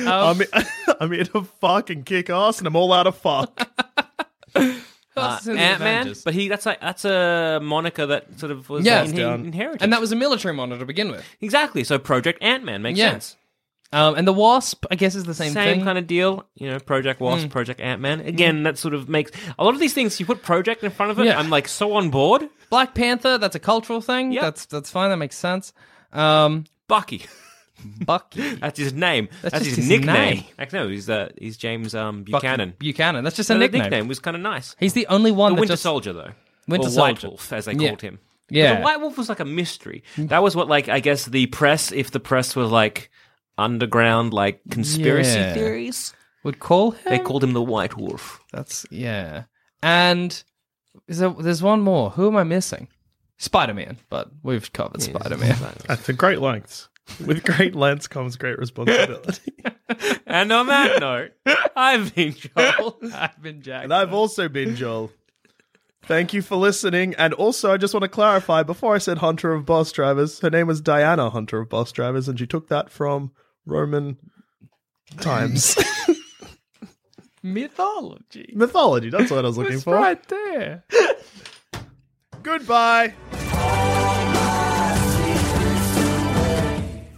S3: I'm, I'm here to fucking kick ass and I'm all out of fuck.
S1: Ant Man, Uh, but he—that's like—that's a moniker that sort of was
S2: Yeah.
S1: in-
S3: Down.
S1: inherited,
S2: and that was a military monitor to begin with.
S1: exactly. So Project Ant Man makes
S2: Yeah.
S1: sense.
S2: Um, and the Wasp, I guess, is the same,
S1: Same,
S2: thing. Mm.
S1: kind of deal, you know. Project Wasp, Project Ant Man. Again, that sort of makes a lot of these things. You put Project in front of it,
S2: Yeah.
S1: I'm like so on board.
S2: Black Panther. That's a cultural thing.
S1: Yep.
S2: That's that's fine. That makes sense. Um,
S1: Bucky,
S2: Bucky.
S1: that's his name.
S2: That's
S1: That's,
S2: just
S1: his,
S2: his
S1: nickname.
S2: name.
S1: Actually, no, he's uh, he's James um,
S2: Bucky
S1: Buchanan.
S2: Buchanan. That's just a
S1: So the
S2: nickname.
S1: nickname was kind of nice.
S2: He's the only one
S1: The
S2: that
S1: Winter
S2: just
S1: Soldier, though.
S2: Winter
S1: or White
S2: Soldier.
S1: Wolf, as they
S2: Yeah.
S1: called him.
S2: Yeah.
S1: But The White Wolf was like a mystery. That was what, like, I guess the press, if the press was like underground, like conspiracy
S2: Yeah.
S1: theories,
S2: would call him.
S1: they called him the White Wolf.
S2: That's yeah. And is there, there's one more. Who am I missing? Spider Man, but we've covered Spider Man.
S3: At the great lengths. With great lengths comes great responsibility.
S1: And on that note, I've been Joel.
S2: I've been Jack.
S3: and I've also been Joel. Thank you for listening. And also, I just want to clarify before I said Hunter of Bus Drivers, her name was Diana Hunter of Bus Drivers, and she took that from Roman times.
S2: Mythology.
S3: Mythology, that's what I was looking
S2: It's
S3: for.
S2: right there.
S3: Goodbye.